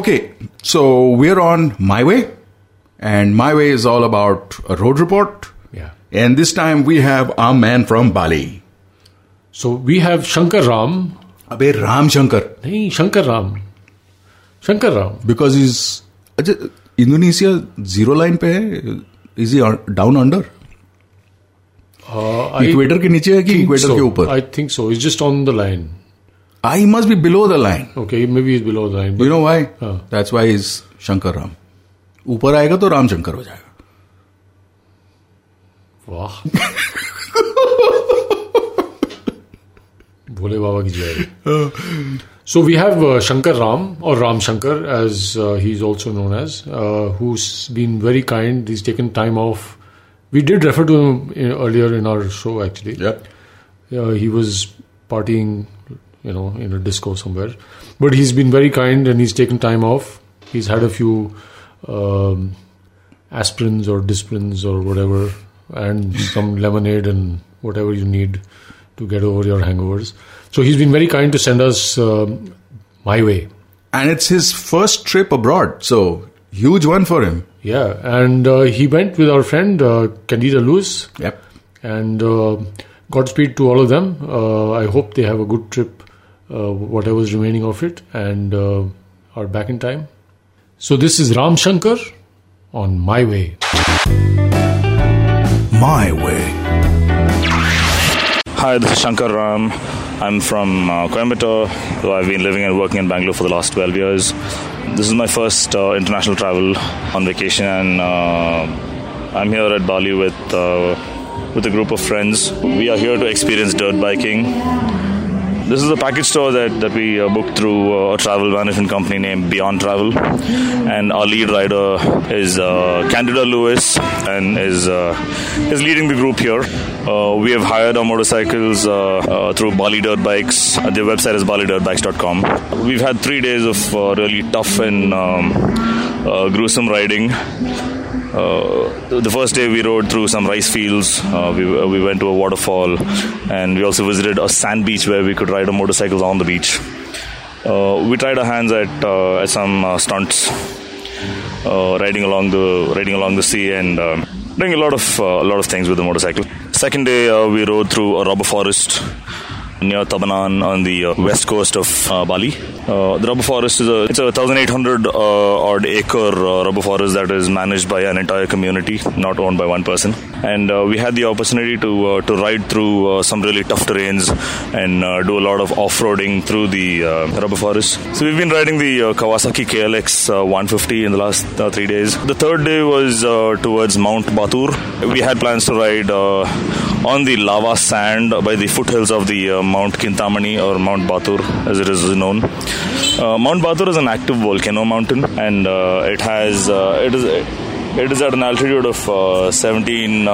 Speaker 1: Okay, so we're on My Way, and My Way is all about a road report.
Speaker 6: Yeah.
Speaker 1: And this time we have our man from Bali,
Speaker 6: So we have Shankar Ram.
Speaker 1: Abe Ram Shankar,
Speaker 6: Nahi, Shankar Ram. Shankar Ram.
Speaker 1: because he's अच्छा, Indonesia zero line पे है, is he on- down under?
Speaker 6: Uh, I
Speaker 1: equator के नीचे है कि
Speaker 6: think
Speaker 1: equator
Speaker 6: so.
Speaker 1: के ऊपर
Speaker 6: I think so. He's just on the line.
Speaker 1: Ah, he must be below the line.
Speaker 2: Okay, maybe he's below the line.
Speaker 1: You know why? That's why he's Shankar Ram. ऊपर आएगा तो राम शंकर हो जाएगा
Speaker 2: वाह भोले बाबा की जय So we have uh, Shankar Ram or Ram Shankar, as uh, he's also known as, uh, who's been very kind. He's taken time off. We did refer to him in, earlier in our show, actually. Yeah. Uh, he was partying, you know, in a disco somewhere, but he's been very kind and he's taken time off. He's had a few um, aspirins or disprins or whatever, and some lemonade and whatever you need to get over your hangovers. So he's been very kind to send us um my way.
Speaker 1: And it's his first trip abroad, so huge one for him.
Speaker 2: Yeah, and uh, he went with our friend uh, Candida Lewis.
Speaker 1: Yep.
Speaker 2: And uh, Godspeed to all of them. Uh, I hope they have a good trip, uh, whatever's remaining of it, and uh, are back in time. So this is Ram Shankar on My Way.
Speaker 7: My way.
Speaker 11: Hi, this is Shankar Ram. I'm from uh, Coimbatore. So I've been living and working in Bangalore for the last 12 years. This is my first uh, international travel on vacation, and uh, I'm here at Bali with uh, with a group of friends. We are here to experience dirt biking. This is a package store that, that we uh, booked through uh, a travel management company named Beyond Travel. And our lead rider is uh, Candida Lewis and is, uh, is leading the group here. Uh, we have hired our motorcycles uh, uh, through Bali Dirt Bikes. Uh, Their website is balidirtbikes.com. We've had three days of uh, really tough and um, uh, gruesome riding. Uh, the first day we rode through some rice fields. Uh, we, we went to a waterfall, and we also visited a sand beach where we could ride our motorcycles on the beach. Uh, we tried our hands at, uh, at some uh, stunts, uh, riding along the riding along the sea and um, doing a lot of uh, a lot of things with the motorcycle. Second day uh, we rode through a rubber forest near Tabanan on the uh, west coast of uh, Bali. Uh, the rubber forest is a it's a 1,800 uh, odd acre uh, rubber forest that is managed by an entire community, not owned by one person. And uh, we had the opportunity to uh, to ride through uh, some really tough terrains and uh, do a lot of off-roading through the uh, rubber forest. So we've been riding the uh, Kawasaki KLX uh, 150 in the last uh, three days. The third day was uh, towards Mount Batur. We had plans to ride uh, on the lava sand by the foothills of the uh, Mount Kintamani or Mount Batur, as it is known. Uh, Mount Batur is an active volcano mountain, and uh, it has uh, it is. It is at an altitude of uh, 1700.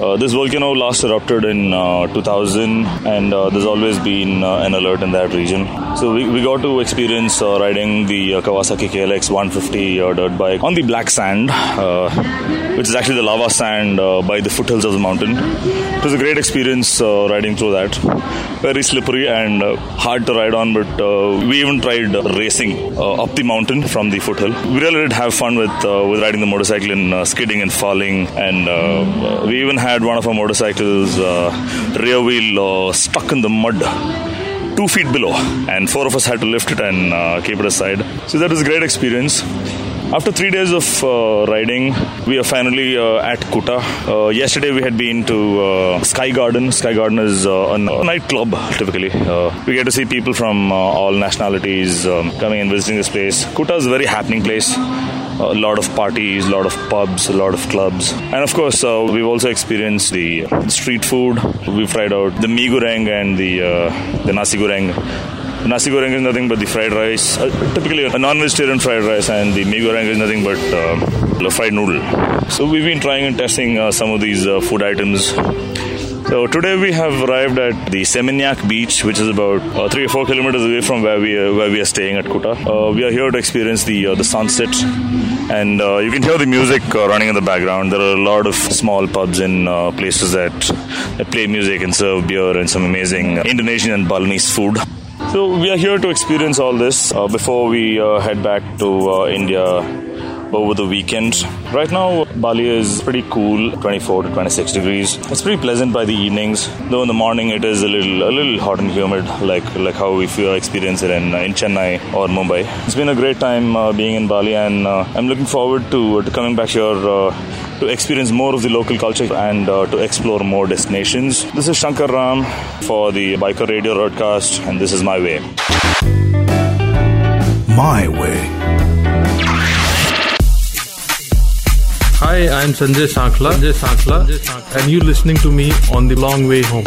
Speaker 11: Uh, this volcano last erupted in uh, 2000, and uh, there's always been uh, an alert in that region. So we, we got to experience uh, riding the uh, Kawasaki KLX 150 uh, dirt bike on the black sand, uh, which is actually the lava sand uh, by the foothills of the mountain. It was a great experience uh, riding through that. Very slippery and uh, hard to ride on, but uh, we even tried uh, racing uh, up the mountain from the foothill. We really did have fun with uh, with riding the motorcycle and uh, skidding and falling, and uh, uh, we even had one of our motorcycles uh, rear wheel uh, stuck in the mud two feet below, and four of us had to lift it and uh, keep it aside. So that was a great experience. After three days of uh, riding, we are finally uh, at Kuta. Uh, yesterday we had been to uh, Sky Garden. Sky Garden is uh, a n- a nightclub typically. Uh, we get to see people from uh, all nationalities um, coming and visiting this place. Kuta is a very happening place a lot of parties, a lot of pubs, a lot of clubs. And of course, uh, we've also experienced the uh, street food. We've tried out the mee goreng and the, uh, the nasi goreng. The nasi goreng is nothing but the fried rice, uh, typically a non-vegetarian fried rice, and the mee goreng is nothing but uh, a fried noodle. So we've been trying and testing uh, some of these uh, food items. So today we have arrived at the Seminyak beach, which is about uh, three or four kilometers away from where we uh, where we are staying at Kuta. Uh, we are here to experience the uh, the sunset, and uh, you can hear the music uh, running in the background. There are a lot of small pubs and uh, places that that play music and serve beer and some amazing Indonesian and Balinese food. So we are here to experience all this uh, before we uh, head back to uh, India over the weekend. Right now, Bali is pretty cool, 24 to 26 degrees. It's pretty pleasant by the evenings, though in the morning it is a little a little hot and humid, like like how we feel experience it in, in Chennai or Mumbai. It's been a great time uh, being in Bali, and uh, I'm looking forward to, to coming back here. Uh, to experience more of the local culture and uh, to explore more destinations. This is Shankar Ram for the Biker Radio Roadcast, and this is my way.
Speaker 7: My way.
Speaker 5: Hi, I'm Sanjay Sankla, Sanjay Sankla, and you're listening to me on the long way home.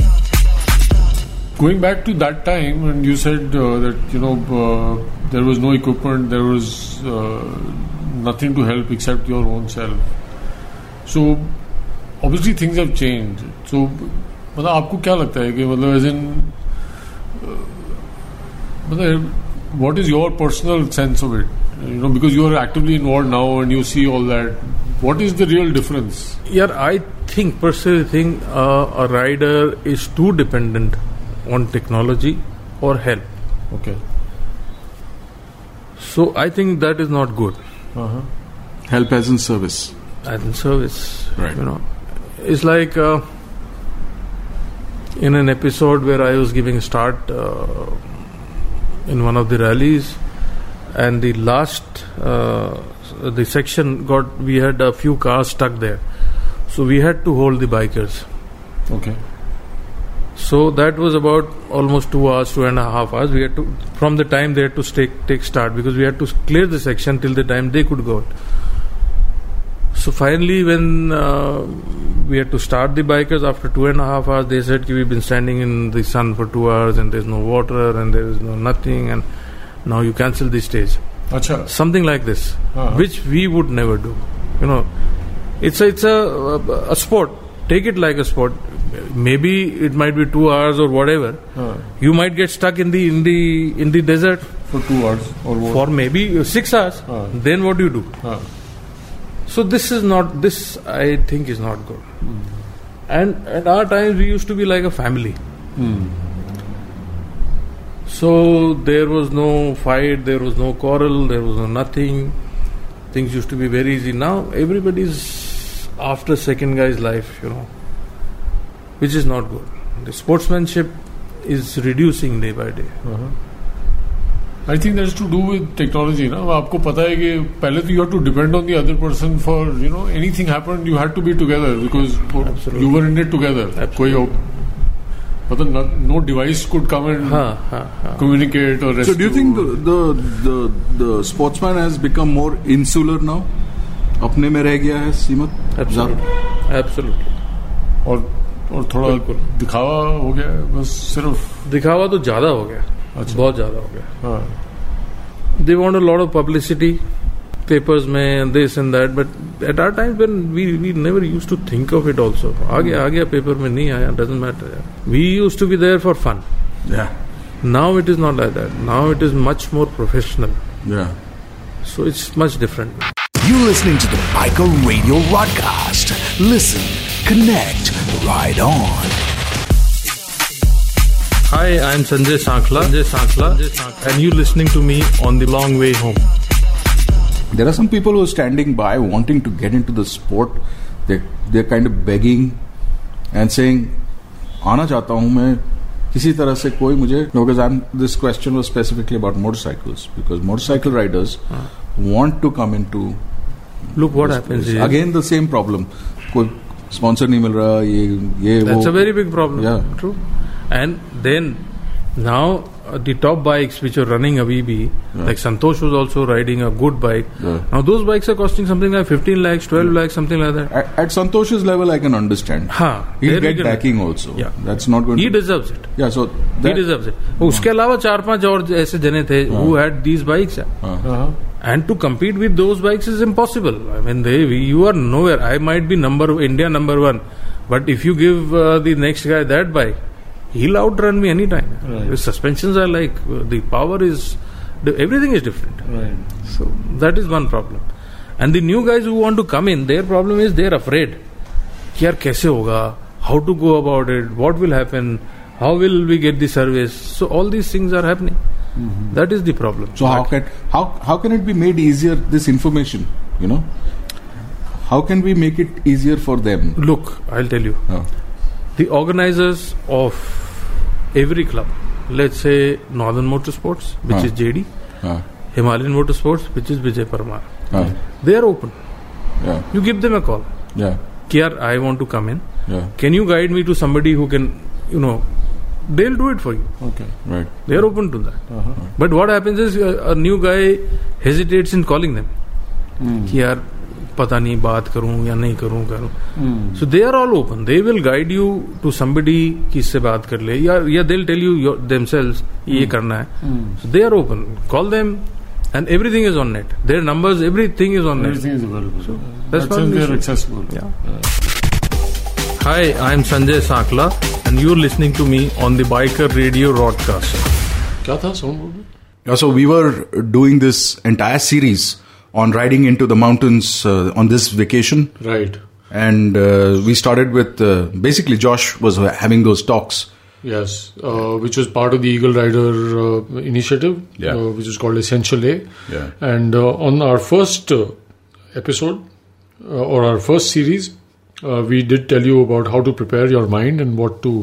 Speaker 6: Going back to that time, and you said uh, that you know uh, there was no equipment, there was uh, nothing to help except your own self. So obviously things have changed. So मतलब आपको क्या लगता है कि मतलब as in मतलब what is your personal sense of it? You know, because you are actively involved now and you see all that. What is the real difference?
Speaker 5: Yeah, I think personally think uh, a rider is too dependent on technology or help.
Speaker 6: Okay.
Speaker 5: So I think that is not good.
Speaker 6: Uh-huh.
Speaker 1: Help as in service.
Speaker 5: As in service,
Speaker 1: Right.
Speaker 5: You know, it's like uh, in an episode where I was giving start uh, in one of the rallies, and the last uh, the section got we had a few cars stuck there, so we had to hold the bikers.
Speaker 6: Okay.
Speaker 5: So that was about almost two hours, two and a half hours. We had to from the time they had to take take start because we had to clear the section till the time they could go out. So finally, when uh, we had to start the bikers after two and a half hours, they said "Ki, we've been standing in the sun for two hours and there's no water and there is no nothing and now you cancel the stage.
Speaker 6: Acha.
Speaker 5: Something like this,
Speaker 6: Uh-huh.
Speaker 5: which we would never do. You know, it's a, it's a a sport. Take it like a sport. Maybe it might be two hours or whatever.
Speaker 6: Uh,
Speaker 5: You might get stuck in the in the in the desert
Speaker 6: for two hours or more.
Speaker 5: for maybe six hours. Then what do you do?
Speaker 6: Uh,
Speaker 5: So this is not this I think is not good. And at our times we used to be like a family.
Speaker 6: hmm.
Speaker 5: So there was no fight, there was no quarrel, there was no nothing. Things used to be very easy. Now everybody's after second guy's life, you know, which is not good. The sportsmanship is reducing day by day.
Speaker 6: I think that's to do with technology ना अब आपको पता है कि पहले तो you have to depend on the other person for you know anything happened you had to be together because you were in it together कोई और- मतलब no device could come and
Speaker 5: Ah,
Speaker 6: communicate और
Speaker 1: हाँ। So, do you think the, the the the sportsman has become more insular now? अपने में रह गया है सीमत
Speaker 5: एब्सोल्युटली
Speaker 6: और और थोड़ा दिखावा हो गया है, बस सिर्फ
Speaker 5: दिखावा तो ज्यादा हो गया अच्छा। बहुत ज्यादा हो गया
Speaker 6: हाँ
Speaker 5: they want a lot of publicity papers में and this and that but at our time when we we never used to think of it also uh
Speaker 1: Hmm.
Speaker 5: गया आ गया paper में नहीं आया doesn't matter yeah. we used to be there for fun
Speaker 1: Yeah.
Speaker 5: now it is not like that now it is much more professional
Speaker 1: yeah
Speaker 5: so it's much different
Speaker 7: You're listening to the Biker Radio Rodcast. Listen, connect, ride on.
Speaker 5: hi I'm Sanjay Sankla Sanjay Sankla and you listening to me on the long way home
Speaker 1: There are some people who are standing by wanting to get into the sport. They they're kind of begging and saying, "आना चाहता हूँ मैं किसी तरह से कोई मुझे." Because I'm this question was specifically about motorcycles because motorcycle riders want to come into
Speaker 5: look what
Speaker 1: this
Speaker 5: happens
Speaker 1: place.
Speaker 5: is
Speaker 1: again the same problem. कोई sponsor नहीं मिल रहा ये ये
Speaker 5: That's
Speaker 1: वो
Speaker 5: a very big problem.
Speaker 1: Yeah.
Speaker 5: True. And then now uh, the top bikes which are running a VB, like Santosh was also riding a good bike. Now those bikes are costing something like 15 lakhs, 12 lakhs, something like that.
Speaker 1: At, at Santosh's level, I can understand.
Speaker 5: Huh.
Speaker 1: He'll
Speaker 5: There we
Speaker 1: get
Speaker 5: can-
Speaker 1: backing also.
Speaker 5: Yeah.
Speaker 1: That's not going
Speaker 5: He
Speaker 1: to.
Speaker 5: deserves it.
Speaker 1: Yeah, so
Speaker 5: He
Speaker 1: that-
Speaker 5: deserves it. उसके अलावा चार पांच और ऐसे जने थे who had these bikes. And to compete with those bikes is impossible. I mean, they we- you are nowhere. I might be number India number one, but if you give uh, the next guy that bike, he'll outrun me anytime. The suspensions are like uh, the power is the- everything is different.
Speaker 6: Right.
Speaker 5: So that is one problem. And the new guys who want to come in, their problem is they are afraid. कि यार कैसे होगा how to go about it what will happen how will we get the service so all these things are happening that is the problem
Speaker 1: So how can how how can it be made easier? This information, you know, how can we make it easier for them?
Speaker 5: Look, I'll tell you. The organizers of every club, let's say Northern Motorsports, which
Speaker 1: Huh.
Speaker 5: is JD,
Speaker 1: Huh.
Speaker 5: Himalayan Motorsports, which is Vijay Parmar,
Speaker 1: Huh.
Speaker 5: they are open.
Speaker 1: Yeah.
Speaker 5: You give them a call.
Speaker 4: Yeah.
Speaker 5: Kiar, I want to come in.
Speaker 4: Yeah.
Speaker 5: Can you guide me to somebody who can, you know, they'll do it for you. Okay.
Speaker 4: Right.
Speaker 5: They are open to that.
Speaker 6: Uh-huh.
Speaker 5: But what happens is uh, a new guy hesitates in calling them. कि यार पता नहीं बात करूं या नहीं करूं करूं
Speaker 6: Hmm.
Speaker 5: So they are all open they will guide you to somebody कि इससे बात कर ले या या दे टेल यू देमसेल्व्स ये करना है
Speaker 6: Hmm.
Speaker 5: So they are open call them and everything is on net their numbers everything is on net
Speaker 6: Everything is available.
Speaker 5: that's
Speaker 6: That's
Speaker 5: one
Speaker 6: when they are
Speaker 5: issue.
Speaker 6: accessible. Yeah.
Speaker 5: Hi, I'm Sanjay Sakla, and you're listening to me on the Biker Radio broadcast.
Speaker 6: क्या था सोन बोल
Speaker 1: Yeah, so we were doing this entire series on riding into the mountains uh, on this vacation.
Speaker 6: Right.
Speaker 1: And uh, we started with uh, basically Josh was having those talks.
Speaker 6: Yes, uh, which was part of the Eagle Rider uh, initiative,
Speaker 1: Yeah.
Speaker 6: uh, which is called Essential A.
Speaker 1: Yeah.
Speaker 6: And uh, on our first uh, episode uh, or our first series, uh, we did tell you about how to prepare your mind and what to,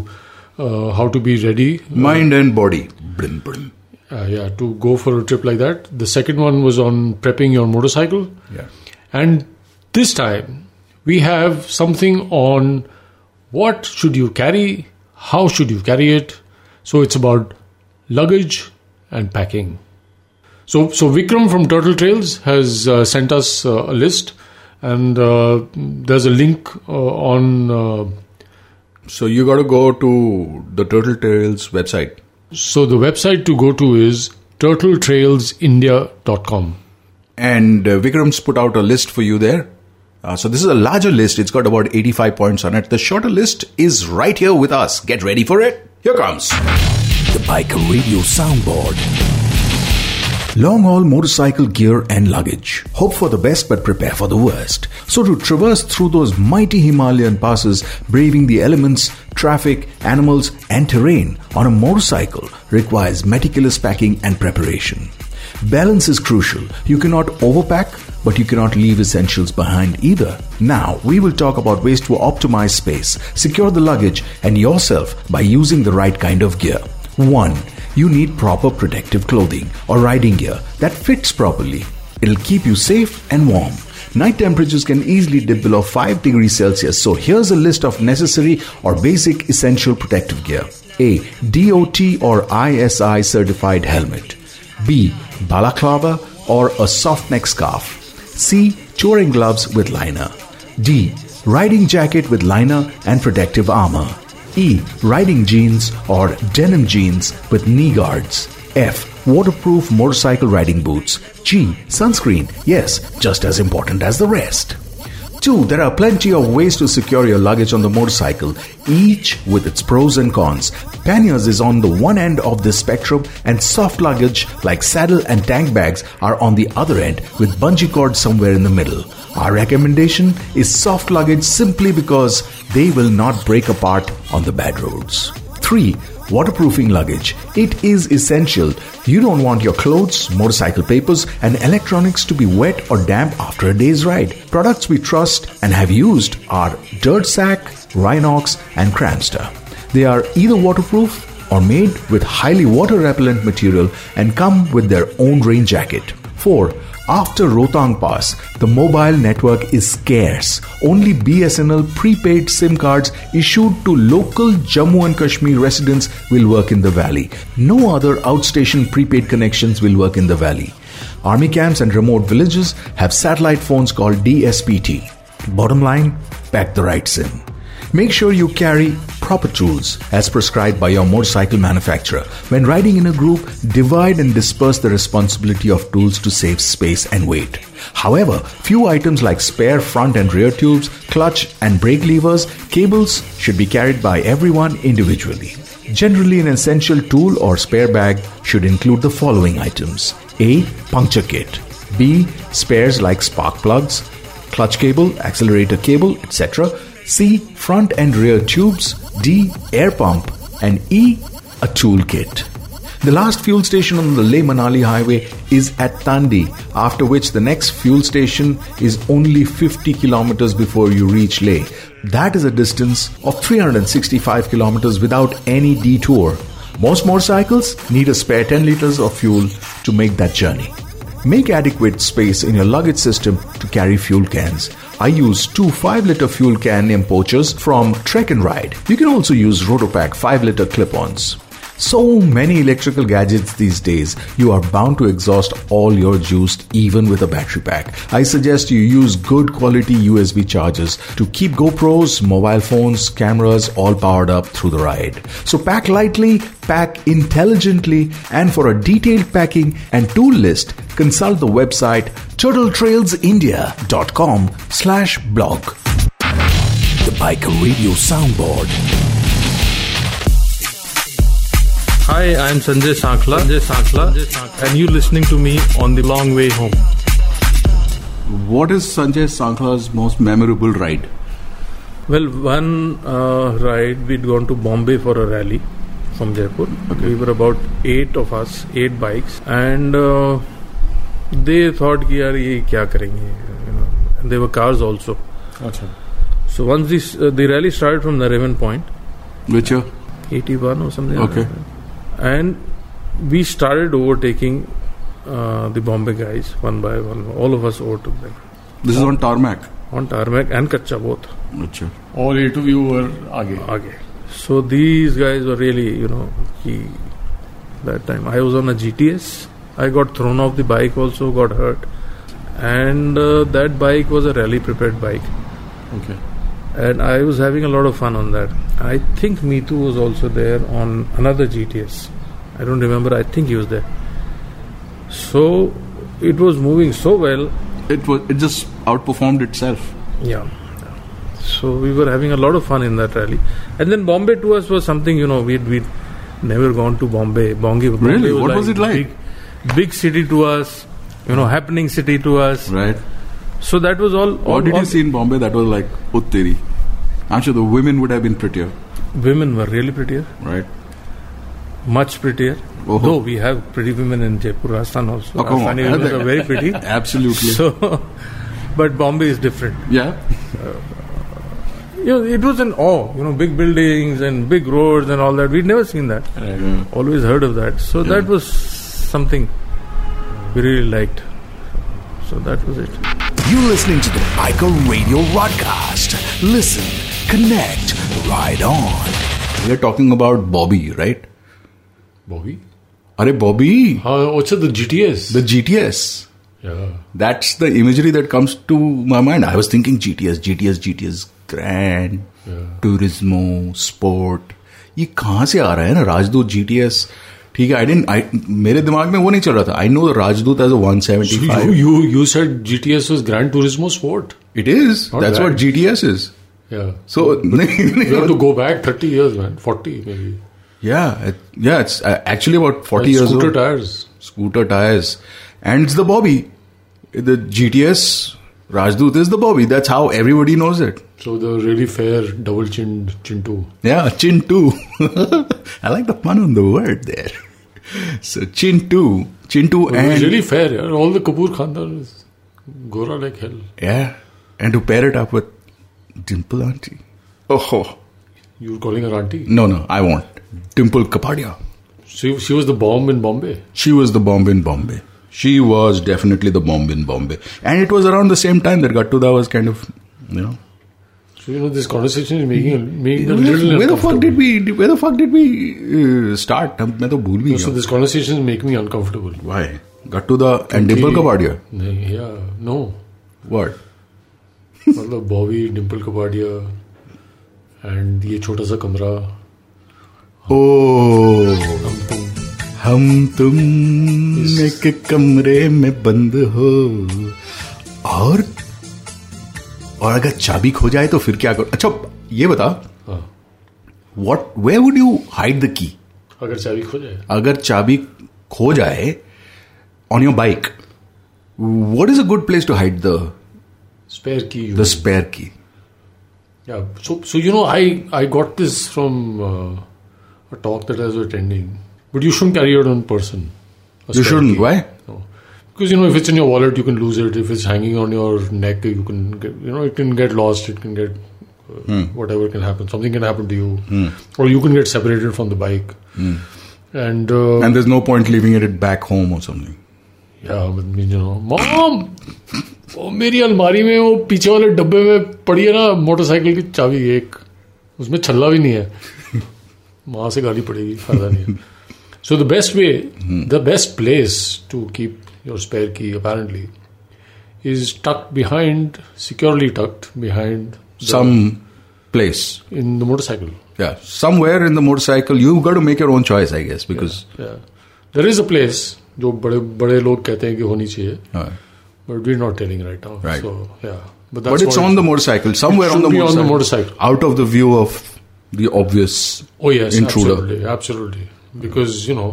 Speaker 6: uh, how to be ready.
Speaker 1: Mind and body. Blim, blim.
Speaker 6: Uh, yeah, to go for a trip like that. The second one was on prepping your motorcycle.
Speaker 1: Yeah.
Speaker 6: And this time, we have something on what should you carry, how should you carry it. So it's about luggage and packing. So, so Vikram from Turtle Trails has uh, sent us uh, a list, and uh, there's a link uh, on. Uh,
Speaker 1: so you got to go to the Turtle Trails website.
Speaker 6: So the website to go to is turtletrailsindia.com.
Speaker 1: And uh, Vikram's put out a list for you there. Uh, so this is a larger list. It's got about 85 points on it. The shorter list is right here with us. Get ready for it. Here comes.
Speaker 7: The Biker Radio Soundboard. Long haul motorcycle gear and luggage.
Speaker 1: Hope for the best but prepare for the worst. So, to traverse through those mighty Himalayan passes, braving the elements, traffic, animals, and terrain on a motorcycle requires meticulous packing and preparation. Balance is crucial. You cannot overpack, but you cannot leave essentials behind either. Now, we will talk about ways to optimize space, secure the luggage, and yourself by using the right kind of gear. 1. You need proper protective clothing or riding gear that fits properly. It'll keep you safe and warm. Night temperatures can easily dip below 5 degrees Celsius, so here's a list of necessary or basic essential protective gear. A. DOT or ISI certified helmet. B. Balaclava or a soft neck scarf. C. Touring gloves with liner. D. Riding jacket with liner and protective armor. E. Riding jeans or denim jeans with knee guards. F. Waterproof motorcycle riding boots. G. Sunscreen. Yes, just as important as the rest. 2. There are plenty of ways to secure your luggage on the motorcycle, each with its pros and cons. Panniers is on the one end of this spectrum, and soft luggage like saddle and tank bags are on the other end, with bungee cords somewhere in the middle. Our recommendation is soft luggage simply because they will not break apart on the bad roads. 3. Waterproofing luggage. It is essential. You don't want your clothes, motorcycle papers, and electronics to be wet or damp after a day's ride. Products we trust and have used are Dirt Sack, Rhinox, and Cramster. They are either waterproof or made with highly water repellent material and come with their own rain jacket. 4. After Rotang Pass, the mobile network is scarce. Only BSNL prepaid SIM cards issued to local Jammu and Kashmir residents will work in the valley. No other outstation prepaid connections will work in the valley. Army camps and remote villages have satellite phones called DSPT. Bottom line, pack the right SIM. Make sure you carry proper tools as prescribed by your motorcycle manufacturer. When riding in a group, divide and disperse the responsibility of tools to save space and weight. However, few items like spare front and rear tubes, clutch and brake levers, cables should be carried by everyone individually. Generally, an essential tool or spare bag should include the following items A. Puncture kit, B. Spares like spark plugs, clutch cable, accelerator cable, etc. C. Front and rear tubes. D. Air pump. And E. A tool kit. The last fuel station on the Leh Manali highway is at Tandi, after which the next fuel station is only 50 kilometers before you reach Leh. That is a distance of 365 kilometers without any detour. Most motorcycles need a spare 10 liters of fuel to make that journey. Make adequate space in your luggage system to carry fuel cans. I use two 5 liter fuel can importers from Trek and Ride. You can also use Rotopack 5 liter clip ons. So many electrical gadgets these days, you are bound to exhaust all your juice even with a battery pack. I suggest you use good quality USB chargers to keep GoPros, mobile phones, cameras all powered up through the ride. So pack lightly, pack intelligently, and for a detailed packing and tool list, consult the website turtletrailsindia.com slash blog.
Speaker 12: The Biker Radio Soundboard.
Speaker 5: Hi, I'm Sanjay Sankla, Sanjay Sankla, and you're listening to me on the long way home.
Speaker 13: What is Sanjay Sankla's most memorable ride?
Speaker 5: Well, one uh, ride we'd gone to Bombay for a rally from Jaipur. We were about eight of us, eight bikes, and uh, they thought कि यार ये क्या करेंगे, you know. And there were cars also. So once this uh, the rally started from Nariman Point,
Speaker 13: which year?
Speaker 5: 81 or something. like
Speaker 13: Okay.
Speaker 5: that. And we started overtaking uh, the Bombay guys one by one. All of us overtook them.
Speaker 13: This is on tarmac.
Speaker 5: On tarmac and kacha both.
Speaker 13: अच्छा
Speaker 5: All eight of you were aage. So these guys were really, you know, he, that time I was on a GTS. I got thrown off the bike, also got hurt, and uh, that bike was a rally prepared bike. Okay. And I was having a lot of fun on that. I think Meetu was also there on another GTS. I don't remember. I think he was there. So it was moving so well.
Speaker 13: It was. It just outperformed itself.
Speaker 5: Yeah. So we were having a lot of fun in that rally. And then Bombay to us was something, you know, we'd, we'd never gone to Bombay. Bombay
Speaker 13: Really? What was it like?
Speaker 5: Big, big city to us, you know, happening city to us.
Speaker 13: Right.
Speaker 5: So that was all. all
Speaker 13: What did
Speaker 5: all-
Speaker 13: you see in Bombay that was like Utteri? I'm sure the women would have been prettier,
Speaker 5: Women were really prettier,
Speaker 13: right?
Speaker 5: much prettier.
Speaker 13: Oh.
Speaker 5: Though we have pretty women in Jaipur, Rajasthan also.
Speaker 13: Oh, come on.
Speaker 5: Rajasthani women are very pretty.
Speaker 13: Absolutely.
Speaker 5: So, but Bombay is different.
Speaker 13: Yeah.
Speaker 5: you know, it was an awe, you know, big buildings and big roads and all that. We'd never seen that. Always heard of that. So that was something we really liked. So that was it.
Speaker 12: You're listening to the Biker Radio Rodcast. Listen, connect, ride on.
Speaker 1: We're talking about Bobby, right?
Speaker 2: Bobby?
Speaker 1: Are Bobby?
Speaker 2: Uh, what's it, the GTS?
Speaker 1: The GTS.
Speaker 2: Yeah.
Speaker 1: That's the imagery that comes to my mind. I was thinking GTS, GTS, GTS, Grand, Turismo, Sport. ये कहाँ से आ रहा है ना राजदूत GTS ठीक है I didn't I मेरे दिमाग में वो नहीं चल रहा था I know Rajdoot as one seventy
Speaker 2: You, you you said GTS was Gran Turismo Sport.
Speaker 1: It is.
Speaker 2: Not
Speaker 1: That's
Speaker 2: bad.
Speaker 1: what GTS is.
Speaker 2: Yeah.
Speaker 1: So
Speaker 2: You have to go back 30 years, man. 40 maybe.
Speaker 1: yeah, it- yeah. It's uh, actually about forty
Speaker 2: And
Speaker 1: years
Speaker 2: scooter
Speaker 1: old.
Speaker 2: tires.
Speaker 1: Scooter tires, and it's the Bobby, the GTS Rajdut is the Bobby. That's how everybody knows it.
Speaker 2: So the really fair double chinned Chintu.
Speaker 1: Yeah, Chin 2. I like the pun on the word there. So, Chin 2. Chin 2
Speaker 2: It
Speaker 1: and.
Speaker 2: was really fair, yeah. All the Kapoor Khandar is Gora like hell.
Speaker 1: Yeah. And to pair it up with Dimple Auntie. Oh, ho.
Speaker 2: You were calling her auntie.
Speaker 1: No, no, I won't. Dimple Kapadia.
Speaker 2: She, she was the bomb in Bombay.
Speaker 1: She was the bomb in Bombay. She was definitely the bomb in Bombay. And it was around the same time that Gattuda was kind of, you know.
Speaker 2: So, you know, this conversation is making, making a
Speaker 1: Where,
Speaker 2: little
Speaker 1: where the
Speaker 2: uncomfortable.
Speaker 1: fuck did we, where the fuck did we uh, start? I'm- मैं तो भूल भी
Speaker 2: So
Speaker 1: गया.
Speaker 2: this conversation is making me uncomfortable.
Speaker 1: Why? Gattuda and Dimple Kapadia.
Speaker 2: नहीं, Yeah, no.
Speaker 1: What?
Speaker 2: मतलब Bobby Dimple Kapadia and ये छोटा सा कमरा
Speaker 1: ओ हम तुम एक कमरे में बंद हो और और अगर चाबी खो जाए तो फिर क्या करो अच्छा ये बता
Speaker 2: हाँ।
Speaker 1: What way would you hide the key
Speaker 2: अगर चाबी खो जाए
Speaker 1: अगर चाबी खो जाए on your bike what is a good place to hide the
Speaker 2: spare key
Speaker 1: the spare key
Speaker 2: Yeah. So, so you know, I I got this from uh, a talk that I was attending. But you shouldn't carry it on person. A
Speaker 1: you
Speaker 2: spare
Speaker 1: should
Speaker 2: key.
Speaker 1: Why
Speaker 2: Because you know, if it's in your wallet, you can lose it. If it's hanging on your neck, you can get, you know it can get lost. It can get uh, whatever can happen. Something can happen to you, or you can get separated from the bike. And uh,
Speaker 1: and there is no point leaving it back home और something
Speaker 2: या बदमीजो mom वो मेरी अलमारी में वो पीछे वाले डब्बे में पड़ी है ना मोटरसाइकिल की चाबी एक उसमें छल्ला भी नहीं है वहां से गाली पड़ेगी फायदा नहीं so the best way
Speaker 1: Hmm.
Speaker 2: The best place to keep your spare key apparently is tucked behind securely tucked behind
Speaker 1: Some place.
Speaker 2: In the motorcycle.
Speaker 1: Yeah, somewhere in the motorcycle, you've got to make your own choice, I guess, because
Speaker 2: there is a place जो बड़े बड़े लोग कहते हैं कि होनी चाहिए but we not telling right now
Speaker 1: हाँ। Right.
Speaker 2: सो या
Speaker 1: but, it's on the motorcycle, somewhere on the motorcycle, out of the view of the obvious
Speaker 2: Oh yes,
Speaker 1: intruder.
Speaker 2: absolutely, absolutely. Because you know,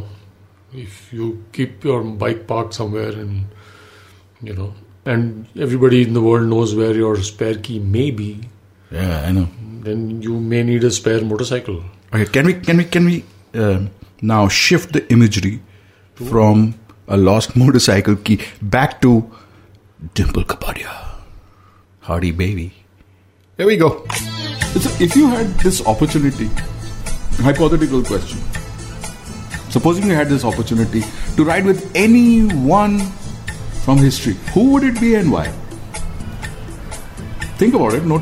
Speaker 2: if you keep your bike parked somewhere, and you know, and everybody in the world knows where your spare key may be,
Speaker 1: Yeah, I know.
Speaker 2: then you may need a spare motorcycle.
Speaker 1: Okay, can we can we can we uh, now shift the imagery from a lost motorcycle key back to Dimple Kapadia, Hardy Baby. There we go.
Speaker 4: So if you had this opportunity, hypothetical question. Supposing you had this opportunity to ride with anyone from history, who would it be and why? Think about it. Not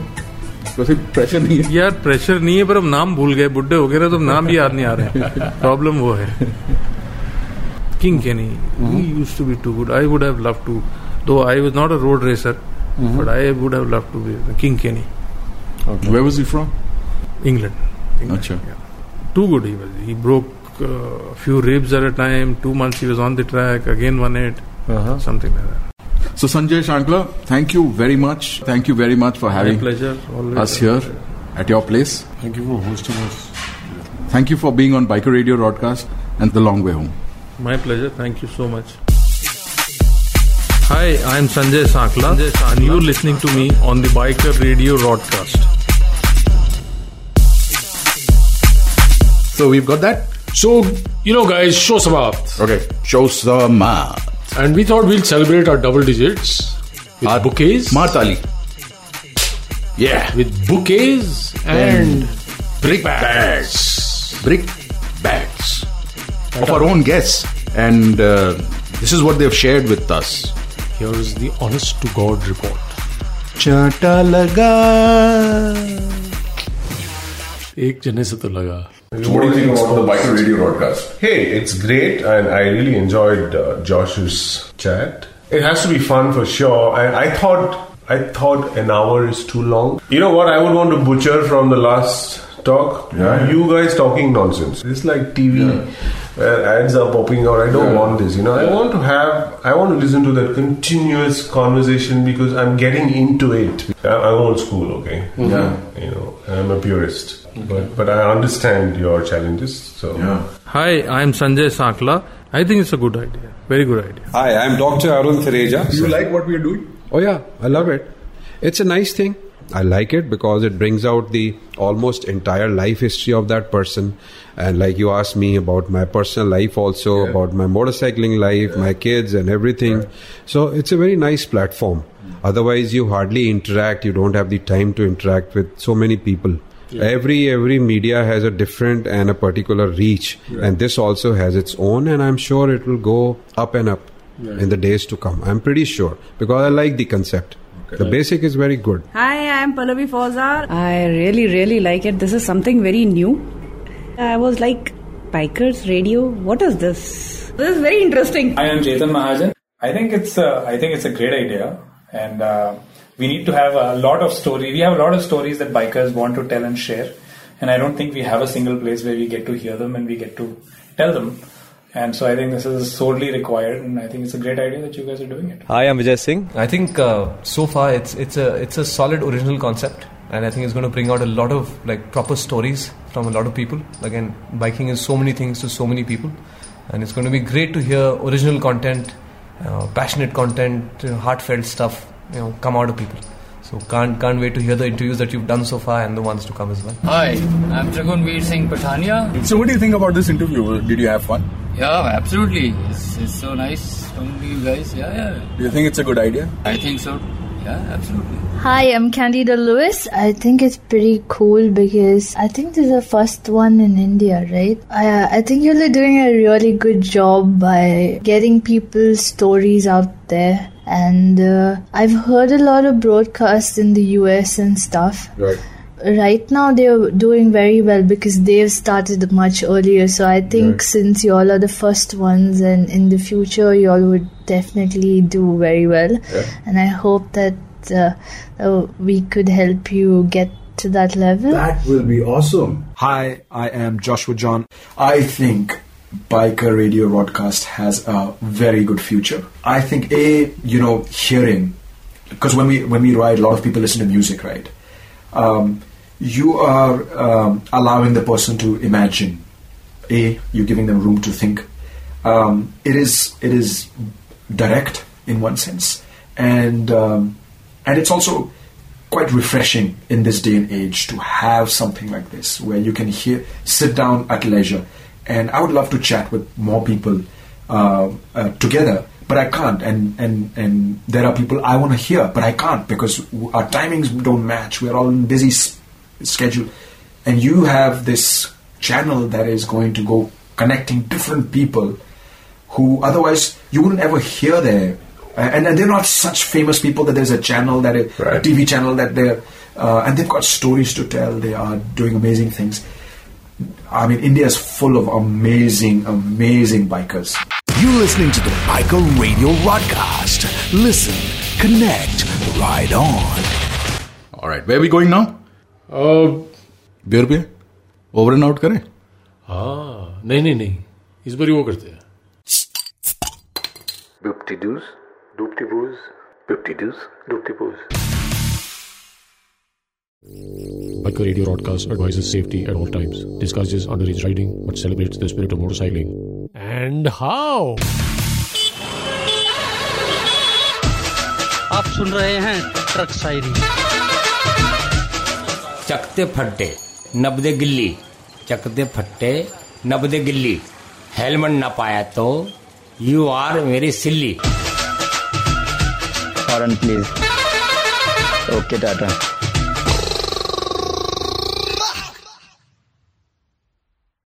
Speaker 4: वैसे pressure नहीं है
Speaker 5: यार pressure नहीं है पर हम नाम भूल गए बुड्ढे हो गए ना तो हम नाम भी याद नहीं आ रहे हैं प्रॉब्लम वो है King Kenny we use to be too good I would have love to though I was not a road racer but I would have love to be King Kenny
Speaker 4: Where was he from?
Speaker 5: England
Speaker 4: अच्छा
Speaker 5: too good he was. He broke uh, a few ribs at a time. Two months he was on the track. Again won it. Something like that.
Speaker 4: So Sanjay Shankla, thank you very much. Thank you very much for having
Speaker 5: pleasure. Always
Speaker 4: us
Speaker 5: a
Speaker 4: here at your place.
Speaker 6: Thank you for hosting us.
Speaker 4: Thank you for being on Biker Radio broadcast and the long way home.
Speaker 5: My pleasure. Thank you so much. Hi, I'm Sanjay Sakla, and you're listening to me on the Biker Radio broadcast.
Speaker 1: So we've got that.
Speaker 2: So you know, guys, show some up.
Speaker 1: Okay, show some uh, up.
Speaker 2: And we thought we'll celebrate our double digits with bouquets.
Speaker 1: Martali.
Speaker 2: Yeah. With bouquets and
Speaker 1: brick bags. Brick bags. Of our own guests. And uh, this is what they've shared with us.
Speaker 2: Here is the honest to God report.
Speaker 1: चाटा लगा
Speaker 2: एक जने से तो लगा
Speaker 14: What do you think about the Biker Radio broadcast? Hey, it's great, and I really enjoyed uh, Josh's chat. It has to be fun for sure. And I thought, I thought an hour is too long. You know what? I would want to butcher from the last talk.
Speaker 10: Yeah.
Speaker 14: You guys talking nonsense. It's like TV. Where ads are popping out. I don't
Speaker 10: Yeah.
Speaker 14: want this. You know, I want to have. I want to listen to that continuous conversation because I'm getting into it. I- I'm old school. Okay.
Speaker 10: Mhm. Yeah.
Speaker 14: You know, I'm a purist, but but I understand your challenges. So
Speaker 5: Hi, I'm Sanjay Sakla. I think it's a good idea. Very good idea.
Speaker 15: Hi, I'm Dr. Arun Thereja.
Speaker 5: You like
Speaker 15: what we are doing? Oh, yeah, I love it. It's a nice thing. I like it because it brings out the almost entire life history of that person. And like you asked me about my personal life, also about my motorcycling life, my kids, and everything. So it's a very nice platform. Otherwise, you hardly interact, you don't have the time to interact with so many people. Every every media has a different and a particular reach, and this also has its own. And I'm sure it will go up and up
Speaker 16: Right.
Speaker 15: in the days to come. I'm pretty sure because I like the concept. The basic is very good.
Speaker 17: Hi, I'm Pallavi Fawzar. I really, really like it. This is something very new. I was like, bikers radio? What is this? This is very interesting.
Speaker 18: I am Chetan Mahajan. I think it's uh, I think it's a great idea, and uh, we need to have a lot of story. We have a lot of stories that bikers want to tell and share, and I don't think we have a single place where we get to hear them and we get to tell them. And so I think this is sorely required, and I think it's a great idea that you guys are doing it.
Speaker 8: Hi, I'm Vijay Singh. I think uh, so far it's it's a it's a solid original concept, and I think it's going to bring out a lot of like proper stories from a lot of people. Again, biking is so many things to so many people, and it's going to be great to hear original content, uh, passionate content, uh, heartfelt stuff. You know, come out of people. So can't can't wait to hear the interviews that you've done so far and the ones to come as well.
Speaker 19: Hi, I'm Trigunveer Singh Patania.
Speaker 4: So what do you think about this interview? Did you have fun?
Speaker 19: Yeah, absolutely. It's, it's so nice talking to you guys. Yeah, yeah.
Speaker 4: Do you think it's a good idea?
Speaker 19: I think so. Yeah, absolutely.
Speaker 16: Hi, I'm Candida Lewis. I think it's pretty cool because I think this is the first one in India, right? I, I think you're doing a really good job by getting people's stories out there. And uh, I've heard a lot of broadcasts in the US and stuff.
Speaker 15: Right.
Speaker 16: Right now, they're doing very well because they've started much earlier. So I think
Speaker 15: Right.
Speaker 16: since you all are the first ones, and in the future, you all would definitely do very well and I hope that uh, uh, we could help you get to that level.
Speaker 20: That will be awesome. Hi, I am Joshua John. I think biker radio broadcast has a very good future. I think a you know hearing because when we when we ride, a lot of people listen to music, right? Um, you are um, allowing the person to imagine. A, you're giving them room to think. Um, it is it is direct in one sense, and um, and it's also quite refreshing in this day and age to have something like this where you can hear sit down at leisure and i would love to chat with more people uh, uh, together but i can't and and and there are people i want to hear but i can't because w- our timings don't match we're all in busy s- schedule and you have this channel that is going to go connecting different people who otherwise you wouldn't ever hear there. And, and they're not such famous people that there's a channel that it- a TV channel that they're uh, and they've got stories to tell. They are doing amazing things. I mean, India is full of amazing, amazing bikers.
Speaker 7: You're listening to the Biker Radio Rodcast. Listen, connect, ride on.
Speaker 1: All right, where are we going now? Uh, beer beer. Over and out करें?
Speaker 2: हाँ नहीं नहीं नहीं इस बार ही वो करते हैं
Speaker 21: Doop-de-doos, doop-de-boos, doop-de-doos, doop-de-boos.
Speaker 2: Biker Radio Broadcast advises safety at all times, discourages underage riding, but celebrates the spirit of motorcycling. And how?
Speaker 22: आप सुन रहे हैं ट्रक शायरी चकते फट्टे नबदे गिल्ली चकते फट्टे नबदे गिल्ली हेलमेट ना पाया तो यू आर मेरी silly
Speaker 23: horn please okay Tata